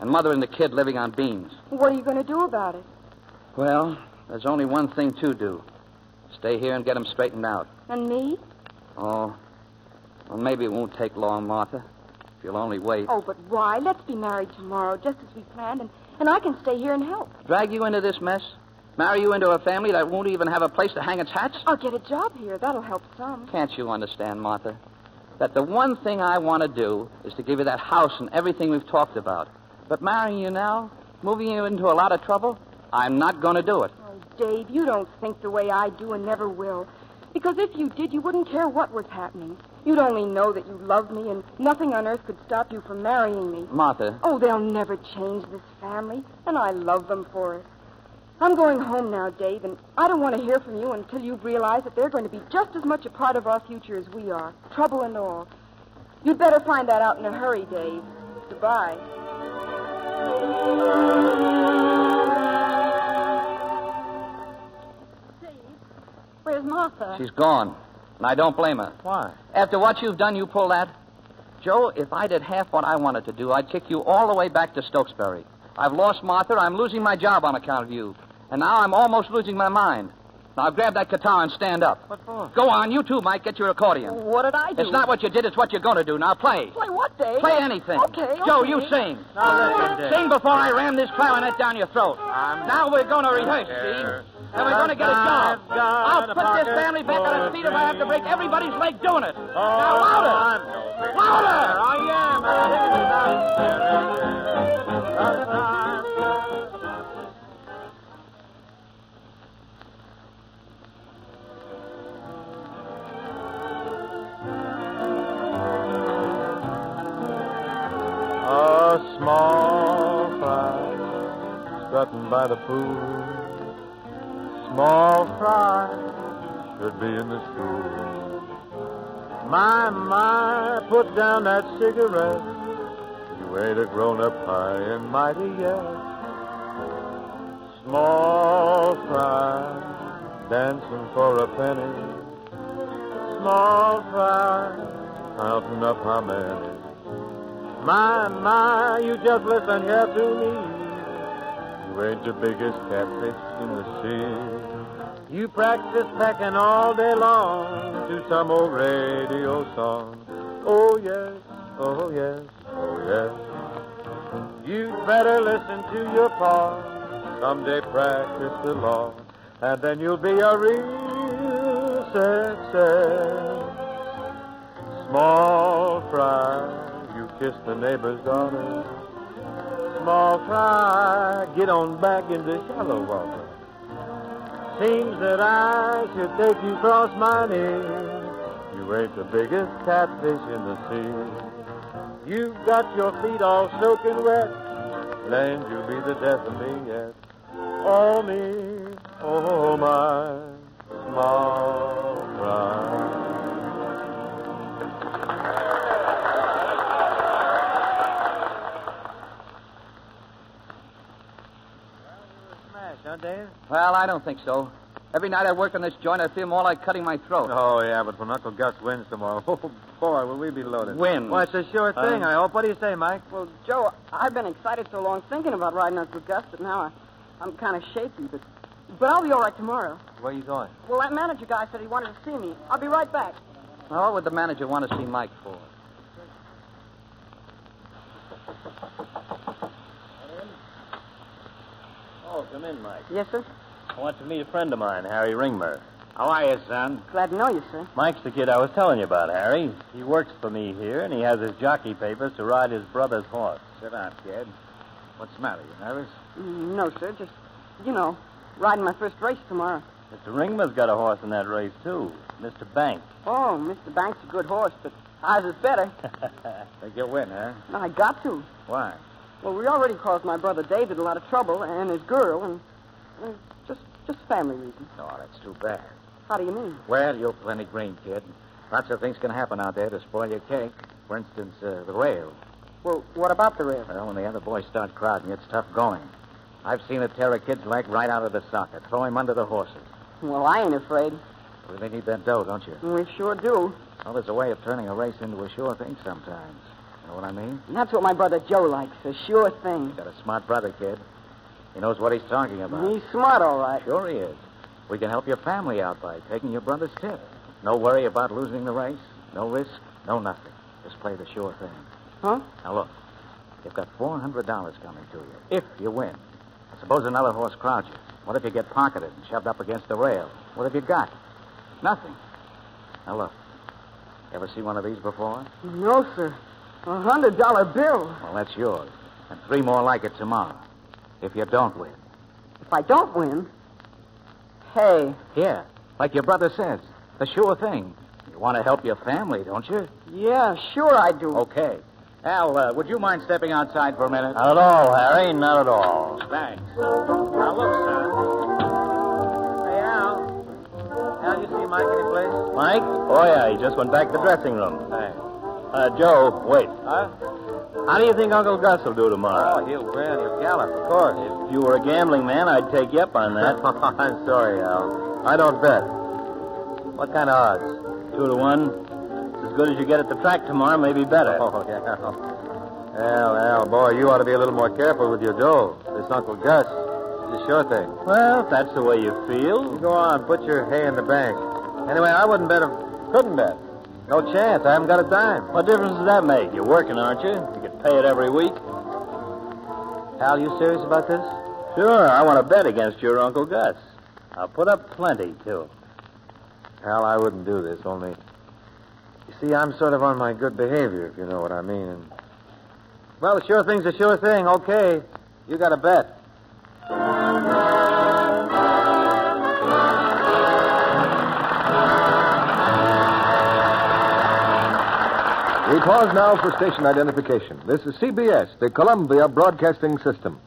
And mother and the kid living on beans.
What are you going to do about it?
Well, there's only one thing to do stay here and get them straightened out.
And me?
Oh, well, maybe it won't take long, Martha, if you'll only wait.
Oh, but why? Let's be married tomorrow, just as we planned, and, and I can stay here and help.
Drag you into this mess? Marry you into a family that won't even have a place to hang its hats?
I'll get a job here. That'll help some.
Can't you understand, Martha? That the one thing I want to do is to give you that house and everything we've talked about. But marrying you now, moving you into a lot of trouble, I'm not going to do it.
Oh, Dave, you don't think the way I do and never will. Because if you did, you wouldn't care what was happening. You'd only know that you loved me, and nothing on earth could stop you from marrying me.
Martha,
Oh, they'll never change this family, and I love them for it. I'm going home now, Dave, and I don't want to hear from you until you realize that they're going to be just as much a part of our future as we are, trouble and all. You'd better find that out in a hurry, Dave. Goodbye.
Where's Martha?
she's gone, and I don't blame her.
Why?
After what you've done, you pull that? Joe, if I did half what I wanted to do, I'd kick you all the way back to Stokesbury. I've lost Martha. I'm losing my job on account of you. And now I'm almost losing my mind. Now grab that guitar and stand up.
What for?
Go on, you too, Mike. Get your accordion.
What did I do?
It's not what you did, it's what you're going to do. Now play.
Play what, Dave?
Play anything.
Okay.
Joe,
okay.
you sing.
Now listen, Dick.
Sing before I ram this clarinet down your throat. now we're going to rehearse, see? And we're going to get a job.
I've got
I'll
a
put this
pocket
family back on its feet if I have to break everybody's leg doing it.
Oh,
now
I'm
louder.
no
Louder. I
am.
A small fry strutting by the pool. Small fry should be in the school. My, my, put down that cigarette. You ain't a grown up high and mighty yet. Small fry dancing for a penny. Small fry counting up how many. My, my, you just listen here to me. You ain't the biggest catfish in the sea. You practice pecking all day long to some old radio song. Oh, yes, oh, yes, oh, yes. You'd better listen to your pa. Someday practice the law, and then you'll be a real success. Small fry, you kiss the neighbor's daughter. Small fry, get on back in the shallow water. Seems that I should take you across my knee. You ain't the biggest catfish in the sea. You've got your feet all soaking wet. Land, you'll be the death of me yet. Oh, me, oh, my small fry.
Smash, huh, Dave?
Well, I don't think so. Every night I work on this joint, I feel more like cutting my throat.
Oh, yeah, but when Uncle Gus wins tomorrow, oh, boy, will we be loaded.
Wins?
Well, it's a sure thing, I hope. What do you say, Mike?
Well, Joe, I've been excited so long thinking about riding Uncle Gus that now I, I'm kind of shaky, but, but I'll be all right tomorrow.
Where you going?
Well, that manager guy said he wanted to
Oh,
see me. I'll be right back.
Now, what would the manager want to see Mike for?
Oh, come in, Mike.
Yes, sir?
I want to meet a friend of mine, Harry Ringmer. How are you, son?
Glad to know you, sir.
Mike's the kid I was telling you about, Harry. He works for me here, and he has his jockey papers to ride his brother's horse. Sit down, kid. What's the matter? You nervous?
Mm, No, sir. Just, you know, riding my first race tomorrow.
Mr. Ringmer's got a horse in that race, too. Mr. Bank.
Oh, Mr. Banks a good horse, but ours is
<laughs>
better.
Think you'll win, huh?
No, I got to.
Why?
Well, we already caused my brother David a lot of trouble and his girl, and, and just just family reasons.
Oh, that's too bad.
How do you mean?
Well, you're plenty green, kid. Lots of things can happen out there to spoil your cake. For instance, uh, the rail.
Well, what about the rail?
Well, when the other boys start crowding, it's tough going. I've seen it tear a kid's leg right out of the socket, throw him under the horses.
Well, I ain't afraid.
Well, they need that dough, don't you?
We sure do.
Well, there's a way of turning a race into a sure thing sometimes. You know what I mean?
And that's what my brother Joe likes, a sure thing.
Got a smart brother, kid. He knows what he's talking about.
He's smart, all right.
Sure he is. We can help your family out by taking your brother's tip. No worry about losing the race. No risk. No nothing. Just play the sure thing.
Huh?
Now look, you've got four hundred dollars coming to you if you win. Suppose another horse crowds you. What if you get pocketed and shoved up against the rail? What have you got? Nothing. Now look, ever see one of these before?
No, sir. A hundred dollar bill.
Well, that's yours, and three more like it tomorrow. If you don't win,
If I don't win. Hey,
here, like your brother says, the sure thing. You want to help your family, don't you?
yeah, sure I do.
Okay. Al, uh, would you mind stepping outside for a minute?
Not at all, Harry. Not at all.
Thanks. Now look, son. Hey, Al. Al, you see Mike any place?
Mike? Oh, yeah, he just went back to the dressing room.
Thanks.
Uh, Joe, wait.
Huh?
How do you think Uncle Gus will do tomorrow?
Oh, he'll win. He'll gallop, of course.
If you were a gambling man, I'd take you up on <laughs> that.
I'm sorry, Al.
I don't bet. What kind of odds? Two to one. It's as good as you get at the track tomorrow, maybe better.
Oh, yeah.
Al, Al, boy, you ought to be a little more careful with your dough. This Uncle Gus, it's a sure thing. Well, if that's the way you feel. Go on, put your hay in the bank. Anyway, I wouldn't bet if... Couldn't bet. No chance. I haven't got a dime. What difference does that make? You're working, aren't you? You get paid every week. Al, you serious about this? Sure. I want to bet against your Uncle Gus. I'll put up plenty, too.
Al, I wouldn't do this, only. You see, I'm sort of on my good behavior, if you know what I mean. And...
Well, the sure thing's a sure thing. Okay. You got a bet.
We pause now for station identification. This is CBS, the Columbia Broadcasting System.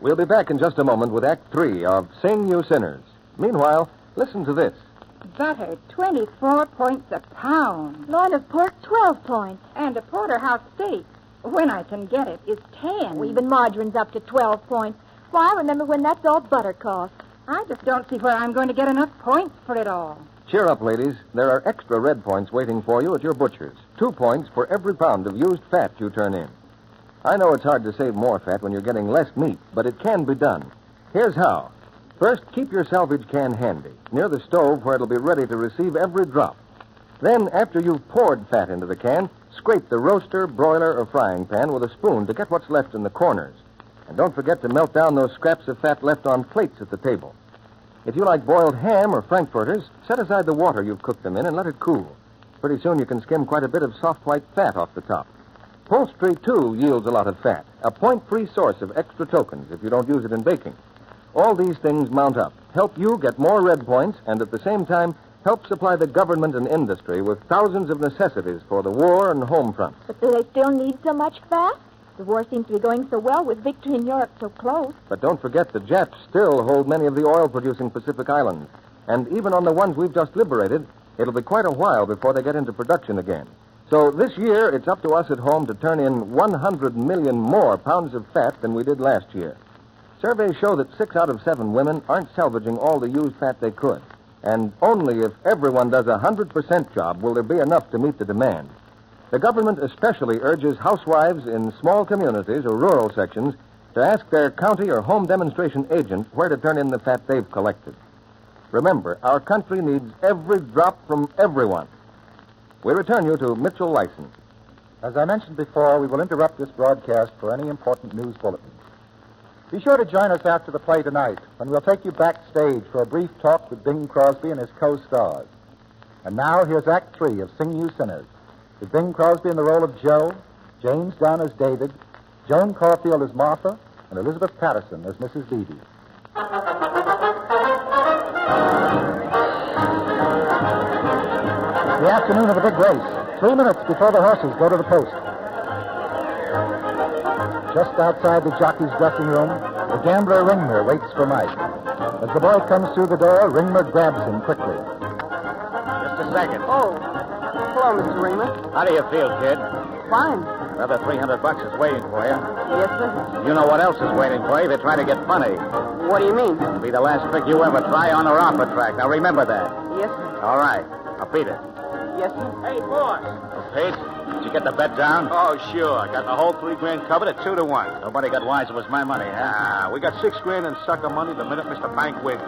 We'll be back in just a moment with Act Three of Sing You Sinners. Meanwhile, listen to this.
Butter, 24 points a pound. Loin of pork, 12 points. And a porterhouse steak, when I can get it, is 10.
Well, even margarine's up to 12 points. Why, remember when that's all butter costs.
I just don't see where I'm going to get enough points for it all.
Cheer up, ladies. There are extra red points waiting for you at your butcher's. Two points for every pound of used fat you turn in. I know it's hard to save more fat when you're getting less meat, but it can be done. Here's how. First, keep your salvage can handy, near the stove where it'll be ready to receive every drop. Then, after you've poured fat into the can, scrape the roaster, broiler, or frying pan with a spoon to get what's left in the corners. And don't forget to melt down those scraps of fat left on plates at the table. If you like boiled ham or frankfurters, set aside the water you've cooked them in and let it cool. Pretty soon you can skim quite a bit of soft white fat off the top. Poultry, too, yields a lot of fat, a point free source of extra tokens if you don't use it in baking. All these things mount up, help you get more red points, and at the same time, help supply the government and industry with thousands of necessities for the war and home front.
But do they still need so much fat? The war seems to be going so well with victory in Europe so close.
But don't forget the Japs still hold many of the oil producing Pacific Islands. And even on the ones we've just liberated, it'll be quite a while before they get into production again. So this year, it's up to us at home to turn in 100 million more pounds of fat than we did last year. Surveys show that six out of seven women aren't salvaging all the used fat they could. And only if everyone does a 100% job will there be enough to meet the demand. The government especially urges housewives in small communities or rural sections to ask their county or home demonstration agent where to turn in the fat they've collected. Remember, our country needs every drop from everyone. We return you to Mitchell Lyson.
As I mentioned before, we will interrupt this broadcast for any important news bulletin. Be sure to join us after the play tonight when we'll take you backstage for a brief talk with Bing Crosby and his co stars. And now here's Act Three of Sing You Sinners, with Bing Crosby in the role of Joe, James Dunn as David, Joan Caulfield as Martha, and Elizabeth Patterson as Mrs. Beebe. The afternoon of the big race, three minutes before the horses go to the post. Just outside the jockey's dressing room, the gambler Ringmer waits for Mike. As the boy comes through the door, Ringmer grabs him quickly.
Just a second.
Oh. Hello, Mr. Raymond.
How do you feel, kid?
Fine.
Another 300 bucks is waiting for you.
Yes, sir.
You know what else is waiting for you. They're trying to get funny.
What do you mean?
It'll be the last trick you ever try on or off a track. Now remember that.
Yes, sir.
All right. I'll beat it.
Yes, sir. Hey, boss.
Pete, did you get the bet down? Oh, sure. I got the whole three grand covered at two to one. Nobody got wise. It was my money, huh?
Ah, we got six grand in sucker money the minute Mr. Bank wins.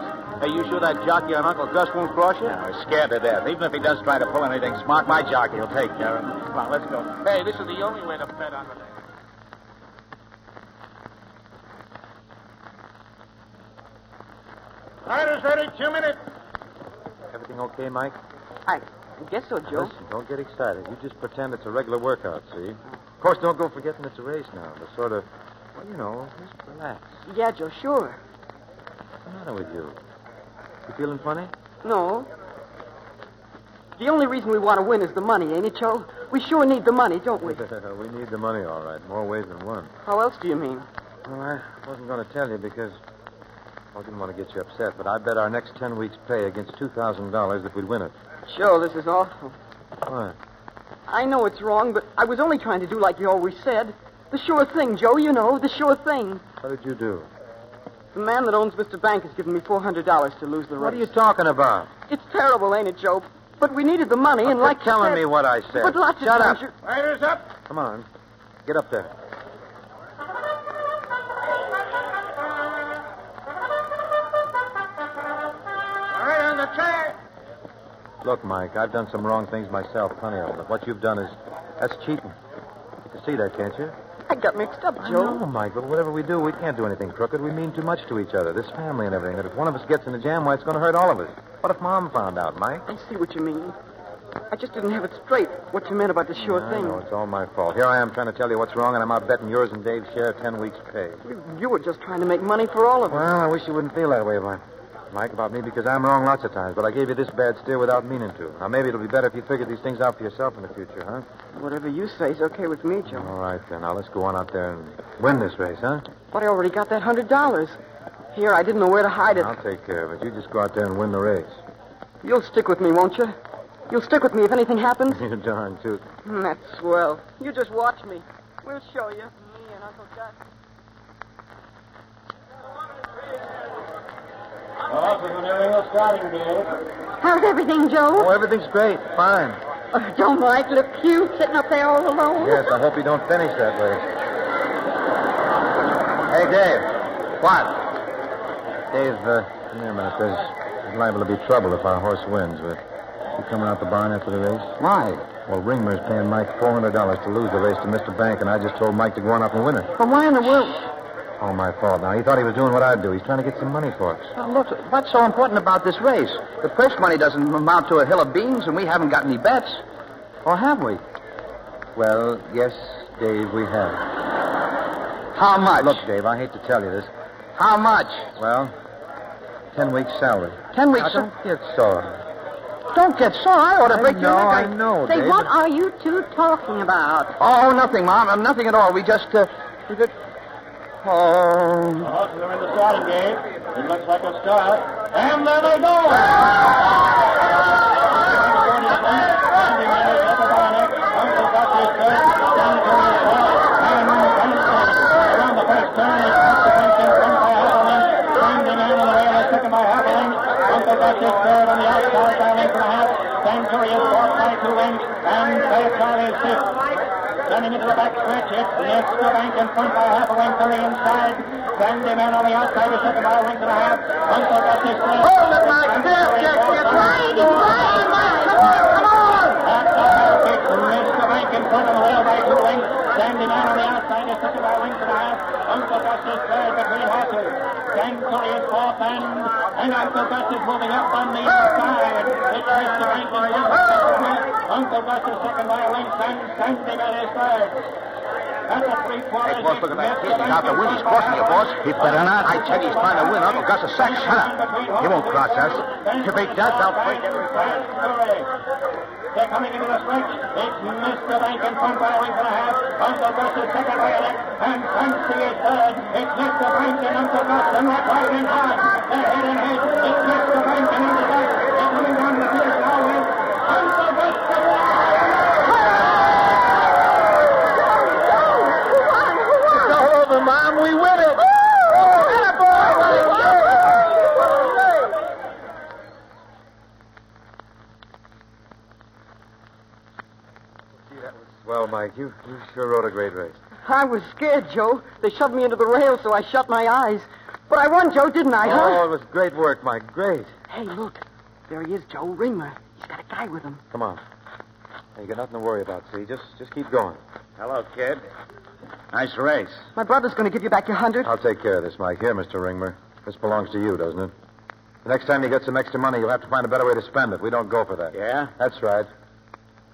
Hey, you sure that jockey on Uncle Gus won't cross you?
I was scared to death. Even if he does try to pull anything smart, my jockey will take care of him. Come on, let's go.
Hey, this is the only way to bet on the thing.
Riders ready, two minutes.
Everything okay, Mike?
I guess so, Joe.
Listen, don't get excited. You just pretend it's a regular workout, see? Of course, don't go forgetting it's a race now. The sort of, well, you know, just relax.
Yeah, Joe, sure.
What's the matter with you? You feeling funny?
No. The only reason we want to win is the money, ain't it, Joe? We sure need the money, don't
<laughs>
we?
we need the money, all right. More ways than one.
How else do you mean?
Well, I wasn't going to tell you because I didn't want to get you upset, but I bet our next ten weeks' pay against two thousand dollars that we'd win it.
Joe, this is awful.
What?
I know it's wrong, but I was only trying to do like you always said. The sure thing, Joe, you know, the sure thing.
What did you do?
The man that owns Mr. Bank has given me $400 to lose the race.
What are you talking about?
It's terrible, ain't it, Joe? But we needed the money, and like you
telling
said-
me what I said.
But lots
Shut
of
up.
times you-
Riders up.
Come on, get up there.
All right, on the track.
Look, Mike, I've done some wrong things myself, plenty of them. But what you've done is that's cheating. You can see that, can't you?
I got mixed up,
I
Joe.
know, Mike, but whatever we do, we can't do anything crooked. We mean too much to each other, this family and everything. That if one of us gets in a jam, why, it's going to hurt all of us. What if Mom found out, Mike?
I see what you mean. I just didn't have it straight what you meant about the sure
I
thing.
know, it's all my fault. Here I am trying to tell you what's wrong, and I'm out betting yours and Dave's share ten weeks' pay.
You- You were just trying to make money for all of us.
Well, I wish you wouldn't feel that way about Mike, about me, because I'm wrong lots of times, but I gave you this bad steer without meaning to. Now, maybe it'll be better if you figure these things out for yourself in the future, huh?
Whatever you say's okay with me, Joe.
All right, then. Now, let's go on out there and win this race, huh?
But I already got that hundred dollars. Here, I didn't know where to hide it.
I'll take care of it. You just go out there and win the race. <laughs>
You'll stick with me, won't you? You'll stick with me if anything happens.
you darn tooth.
Mm, That's swell. You just watch me. We'll show you. Me and Uncle Gus.
Well, we're going to have a little starting here.
How's everything, Joe?
Oh, everything's great. Fine.
Oh, don't Mike look cute sitting up there all alone?
Yes, I hope you don't finish that way. Hey, Dave. What? Dave, uh, come here a minute. There's, there's liable to be trouble if our horse wins. But you coming out the barn after the race? Why? Well, Ringmer's paying Mike $400 to lose the race to Mr. Bank, and I just told Mike to go on up and win it.
But why in the world?
All my fault. Now, he thought he was doing what I'd do. He's trying to get some money for us.
Now, look, what's so important about this race? The purse money doesn't amount to a hill of beans, and we haven't got any bets. Or have we?
Well, yes, Dave, we have. How much? Look, Dave, I hate to tell you this. How much? Well, ten weeks' salary.
Ten weeks'
Now,
sal-
Don't get sore.
Don't get sore. I ought to
I
break your
know,
neck.
I know,
Say,
Dave,
what
but-
are you two talking about? Oh, nothing, Mom. Uh, Nothing at all. We just, uh, we just...
The
Oh.
horses are in the starting gate. It looks like a start. And there they go! Uncle Gus is third on the outside by a length and a half. Venturi is fourth by two lengths. And one, Ray Charlie six. Running into the back stretch, it's yes, Bank in front by half a length to the inside. Sandy Man on the outside is second by a length and a half. Bunko got this thing. Hold it, Mike. Yes, yes, yes. Right, right, Mike. Come on, come on. That's a half kick. Mr. Bank in front on the wheel by two lengths. Sandy Man on the outside is second by a length and a half. Bunko got this third between horses. Sanctuary is fourth and, and Uncle Gus is moving up on the inside. It's Mr. Bank in front. Uncle Gus is second by a length and Sandy Man is third. That's a three-quarter.
Hey, boss, look at that kid. He's out to win. He's crossing you, boss. He better not. I said he's trying to win. Uncle Gus is sack. Shut up. He won't cross us. If he does, I'll break it.
They're coming into the stretch. It's Mr. Bank in front by a length and a half. Uncle Gus is second by a length. And Fancy is third. It's Mr. Bank and Uncle Gus. And that right in line. They're head and head. It's Mr. Bank and Uncle Gus. They're coming down the field now with Uncle Gus to the
It's all over, Mom. We win it.
Well, Mike, you, you sure rode a great race.
I was scared, Joe. They shoved me into the rail, so I shut my eyes. But I won, Joe, didn't I,
Oh,
huh?
it was great work, Mike. Great.
Hey, look. There he is, Joe. Ringler. He's got a guy with him.
Come on. Hey, You got nothing to worry about, see? Just just keep going.
Hello, kid.
Nice race.
My brother's going to give you back your hundred.
I'll take care of this, Mike. Here, Mr. Ringmer. This belongs to you, doesn't it? The next time you get some extra money, you'll have to find a better way to spend it. We don't go for that.
Yeah?
That's right.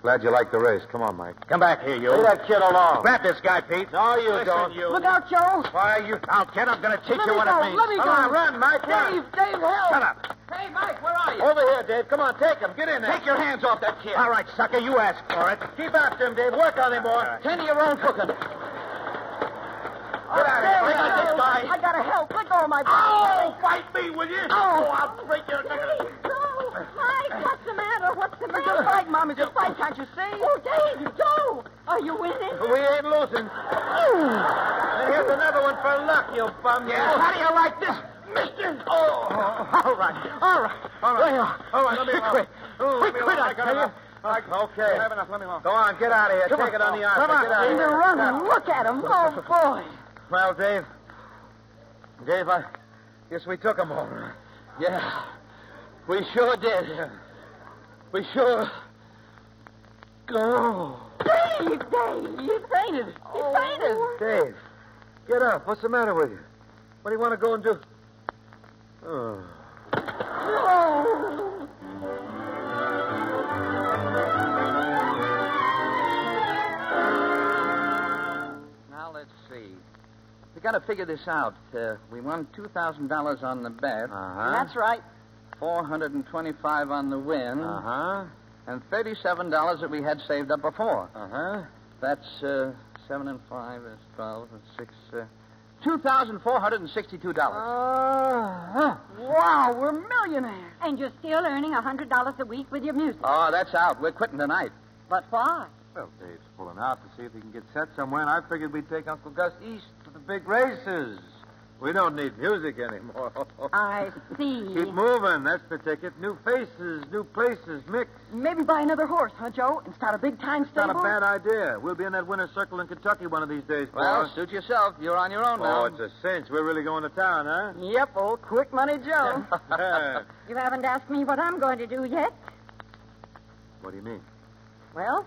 Glad you liked the race. Come on, Mike.
Come back here, you.
Leave that kid alone.
Grab this guy, Pete.
No, you
Listen,
don't.
You.
Look out, Joe.
Why, you foul kid, I'm going to teach
Let
you
me
what
go.
it means.
Let me
Come
go.
on, run, Mike, run.
Dave, Dave, help.
Shut up.
Hey, Mike, where are you?
Over here, Dave. Come on, take him. Get in there. Take your hands off that kid. All right, sucker, you asked for it. Keep after him, Dave. Work on him, boy. Tend to your own cooking. <laughs>
Get out
of here. Bring out this guy.
I got to help. Let go of my...
Oh, fight me, will you?
Oh.
Oh, I'll break your neck.
Mike, what's the matter? What's the matter? It's a fight, Mom. It's a fight, can't you see? Oh, Dave, Joe. Are you winning?
We ain't losing.
And here's another one for luck, you bum.
Yeah, Oh, how do you like this, mister? Oh, all right, all right.
All right.
Well,
All
<laughs>
right, let me alone.
quit.
Oh, let me
Quit,
alone.
I
I got
tell you.
enough. I- okay. I have enough. Let me alone. Go on,
get out of here.
Come
Take it on the
Come
outfit.
on,
Get out of
Dave.
here.
Run.
Look at him. Oh, boy.
Well, Dave. Dave, I guess we took him all right.
Yeah, we sure did. We sure. Go. Oh,
Dave, Dave, he fainted. He fainted.
Dave, get up. What's the matter with you? What do you want to go and do? Oh.
No.
Now let's see. We got to figure this out. Uh, we won two thousand dollars on the bet. Uh
Uh-huh.
That's right.
Four hundred and twenty-five on the win. Uh
Uh-huh.
huh. And thirty-seven dollars that we had saved up before. Uh
Uh-huh.
huh. That's uh, seven and five is twelve and six. Uh, two thousand four hundred and sixty-two
Uh.
dollars.
Wow, we're millionaires.
Uh-huh. And you're still earning a $100 a week with your music.
Oh, that's out. We're quitting tonight.
But why?
Well, Dave's pulling out to see if he can get set somewhere, and I figured we'd take Uncle Gus east to the big races. We don't need music anymore. <laughs>
I see.
Keep moving. That's the ticket. New faces, new places, mix.
Maybe buy another horse, huh, Joe? And start a big time stable.
Not a bad idea. We'll be in that winner's circle in Kentucky one of these days,
Well,
boss.
suit yourself. You're on your own now.
Oh, it's a cinch. We're really going to town, huh?
Yep, old quick money
<laughs>
Joe.
You haven't asked me what I'm going to do yet.
<laughs> what do you mean?
Well,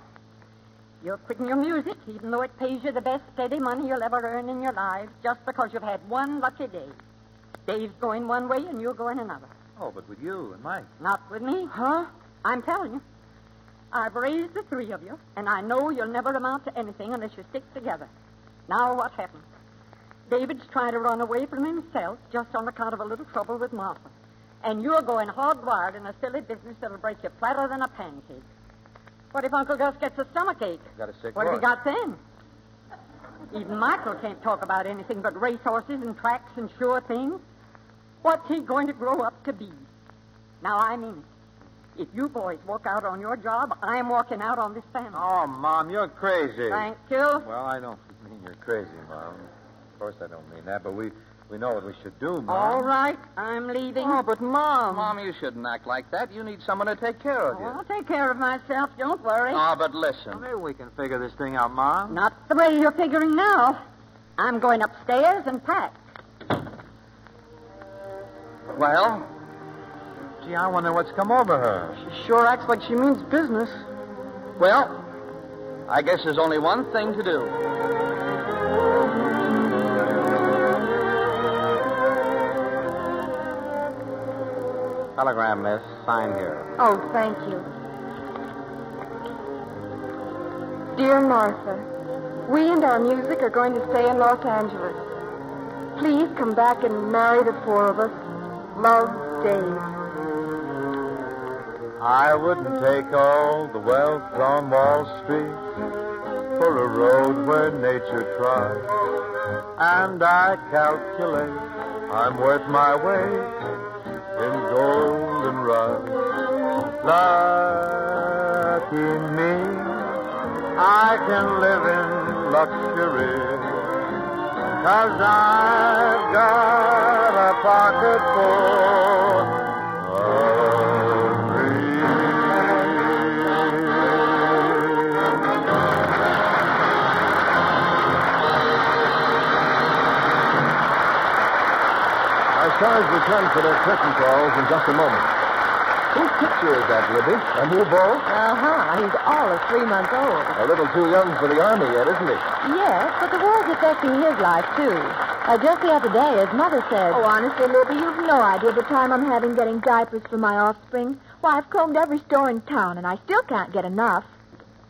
you're quitting your music, even though it pays you the best steady money you'll ever earn in your life, just because you've had one lucky day. Dave's going one way and you're going another.
Oh, but with you and Mike.
Not with me. Huh? I'm telling you. I've raised the three of you, and I know you'll never amount to anything unless you stick together. Now, what happened? David's trying to run away from himself just on account of a little trouble with Martha. And you're going hog wild in a silly business that'll break you flatter than a pancake. What if Uncle Gus gets a stomachache?
Got a sick
What have
boy.
you got then? Even Michael can't talk about anything but racehorses and tracks and sure things. What's he going to grow up to be? Now, I mean it. If you boys walk out on your job, I'm walking out on this family.
Oh, Mom, you're crazy.
Thank you.
<laughs> Well, I don't mean you're crazy, Mom. Of course I don't mean that, but we
We know what we should do, Mom.
All right, I'm leaving.
Oh,
but Mom.
Mom, you shouldn't act like that. You need someone to take care of you.
I'll take care of myself. Don't worry.
Oh, but listen.
Well,
maybe we can figure this thing out, Mom.
Not the way you're figuring now. I'm going upstairs and pack.
Well?
Gee, I wonder what's come over her.
She sure acts like she means business.
Well, I guess there's only one thing to do.
Telegram, miss. Sign here.
Oh, thank you. Dear Martha, we and our music are going to stay in Los Angeles. Please come back and marry the four of us. Love, Dave.
I wouldn't take all the wealth on Wall Street for a road where nature trod. And I calculate I'm worth my weight in goldenrod. Lucky me, I can live in luxury. Cause I've got a pocket full
Oh.
Our stars return for their curtain calls in just a moment. Whose picture is that, Libby? A new beau?
Uh-huh. He's all of three months old.
A little too young for the army yet, isn't he?
Yes, but the war's affecting his life, too. Uh, just the other day, his mother said...
Oh, honestly, Libby, you've no idea the time I'm having getting diapers for my offspring. Why, I've combed every store in town, and I still can't get enough.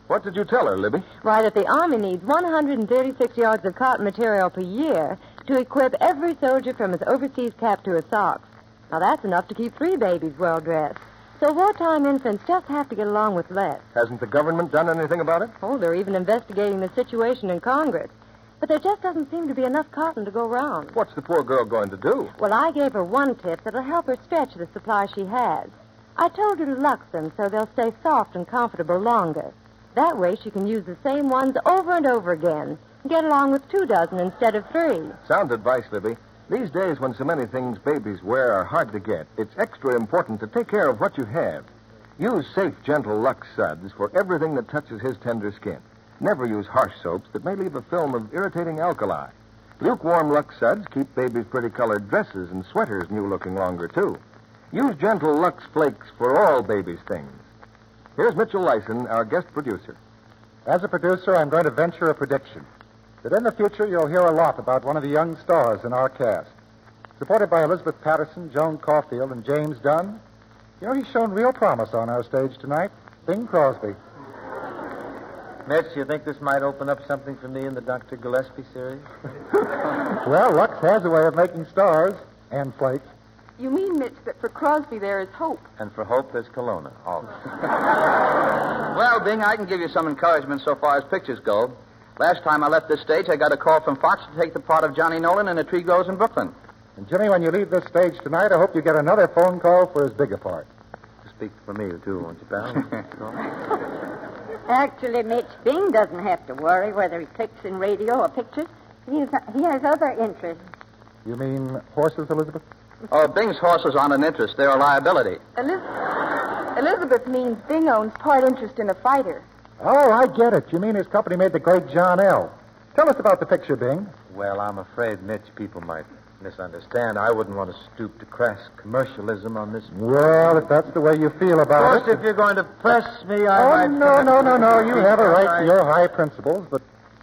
What did you tell her, Libby?
Why, that the Army needs 136 yards of cotton material per year to equip every soldier from his overseas cap to his socks. Now, that's enough to keep three babies well dressed. So wartime infants just have to get along with less.
Hasn't the government done anything about it?
Oh, they're even investigating the situation in Congress. But there just doesn't seem to be enough cotton to go round.
What's the poor girl going to do?
Well, I gave her one tip that'll help her stretch the supply she has. I told her to lux them so they'll stay soft and comfortable longer. That way she can use the same ones over and over again. and Get along with two dozen instead of three.
Sound advice, Libby. These days, when so many things babies wear are hard to get, it's extra important to take care of what you have. Use safe, gentle Lux suds for everything that touches his tender skin. Never use harsh soaps that may leave a film of irritating alkali. Lukewarm Lux suds keep babies' pretty colored dresses and sweaters new looking longer, too. Use gentle Lux flakes for all babies' things. Here's Mitchell Lyson, our guest producer.
As a producer, I'm going to venture a prediction that in the future you'll hear a lot about one of the young stars in our cast. Supported by Elizabeth Patterson, Joan Caulfield, and James Dunn, you know, he's shown real promise on our stage tonight. Bing Crosby.
Mitch, you think this might open up something for me in the Dr. Gillespie series?
Well, Lux has a way of making stars and flakes.
You mean, Mitch, that for Crosby there is hope?
And for hope, there's Kelowna. Oh.
<laughs> Well, Bing, I can give you some encouragement so far as pictures go. Last time I left this stage, I got a call from Fox to take the part of Johnny Nolan in A Tree Grows in Brooklyn.
And Jimmy, when you leave this stage tonight, I hope you get another phone call for as big a part.
Speak for me, too, won't you,
<laughs>
pal?
Actually, Mitch, Bing doesn't have to worry whether he clicks in radio or pictures. He's, he has other interests.
You mean horses, Elizabeth?
Oh, Bing's horses aren't an interest. They're a liability.
Elizabeth, Elizabeth means Bing owns part interest in a fighter.
Oh, I get it. You mean his company made the great John L. Tell us about the picture, Bing.
well, I'm afraid, Mitch, people might misunderstand. I wouldn't want to stoop to crass commercialism on this.
Well, if that's the way you feel
Of
about
course,
it.
if you're going to press me, I
oh,
might.
no, no, no, no. You have a right to your high principles, but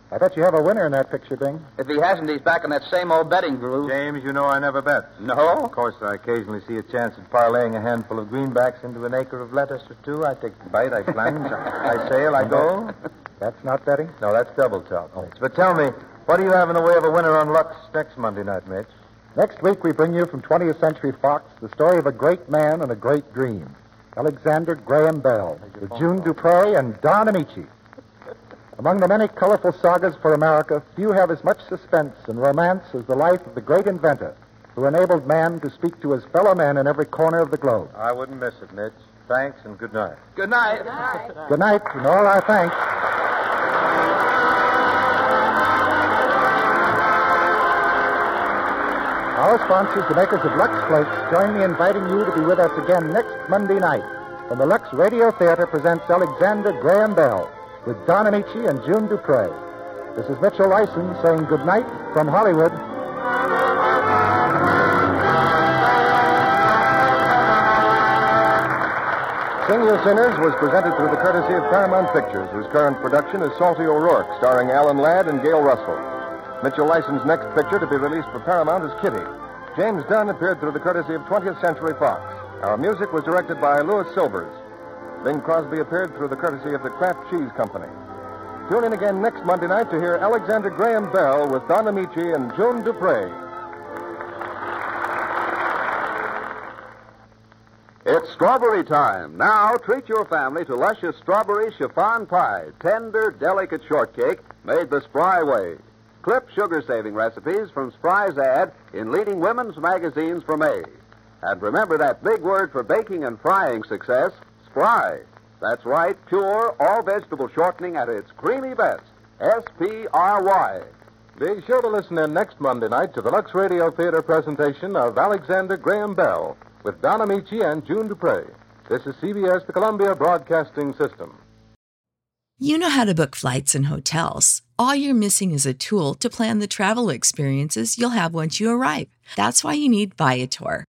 I bet you have a winner in that picture, Bing.
If he hasn't, he's back in that same old betting groove.
James, you know I never bet.
No?
Of course, I occasionally see a chance at parlaying a handful of greenbacks into an acre of lettuce or two. I take the bite, I plunge, I sail, I go.
That's not betting?
<laughs> No, that's double talk, Mitch. But tell me, what do you have in the way of a winner on Lux next Monday night, Mitch?
Next week, we bring you from 20th Century Fox the story of a great man and a great dream Alexander Graham Bell, with June Dupre and Don Amici. Among the many colorful sagas for America, few have as much suspense and romance as the life of the great inventor who enabled man to speak to his fellow men in every corner of the globe.
I wouldn't miss it, Mitch. Thanks and good night.
Good night.
Good night, and all our thanks. Our sponsors, the makers of Lux Flakes, join me in inviting you to be with us again next Monday night when the Lux Radio Theater presents Alexander Graham Bell with Don Amici and June Dupre. This is Mitchell Lyson saying good night from Hollywood.
Sing You Sinners was presented through the courtesy of Paramount Pictures, whose current production is Salty O'Rourke, starring Alan Ladd and Gail Russell. Mitchell Lyson's next picture to be released for Paramount is Kitty. James Dunn appeared through the courtesy of 20th Century Fox. Our music was directed by Louis Silvers. Bing Crosby appeared through the courtesy of the Kraft Cheese Company. Tune in again next Monday night to hear Alexander Graham Bell with Don Amici and Joan Dupre.
It's strawberry time. Now treat your family to luscious strawberry chiffon pie, tender, delicate shortcake made the Spry way. Clip sugar saving recipes from Spry's ad in leading women's magazines for May. And remember that big word for baking and frying success, Spry. That's right, pure, all vegetable shortening at its creamy best. S P R Y.
Be sure to listen in next Monday night to the Lux Radio Theater presentation of Alexander Graham Bell with Don Amici and June Dupre. This is CBS, the Columbia Broadcasting System.
You know how to book flights and hotels. All you're missing is a tool to plan the travel experiences you'll have once you arrive. That's why you need Viator.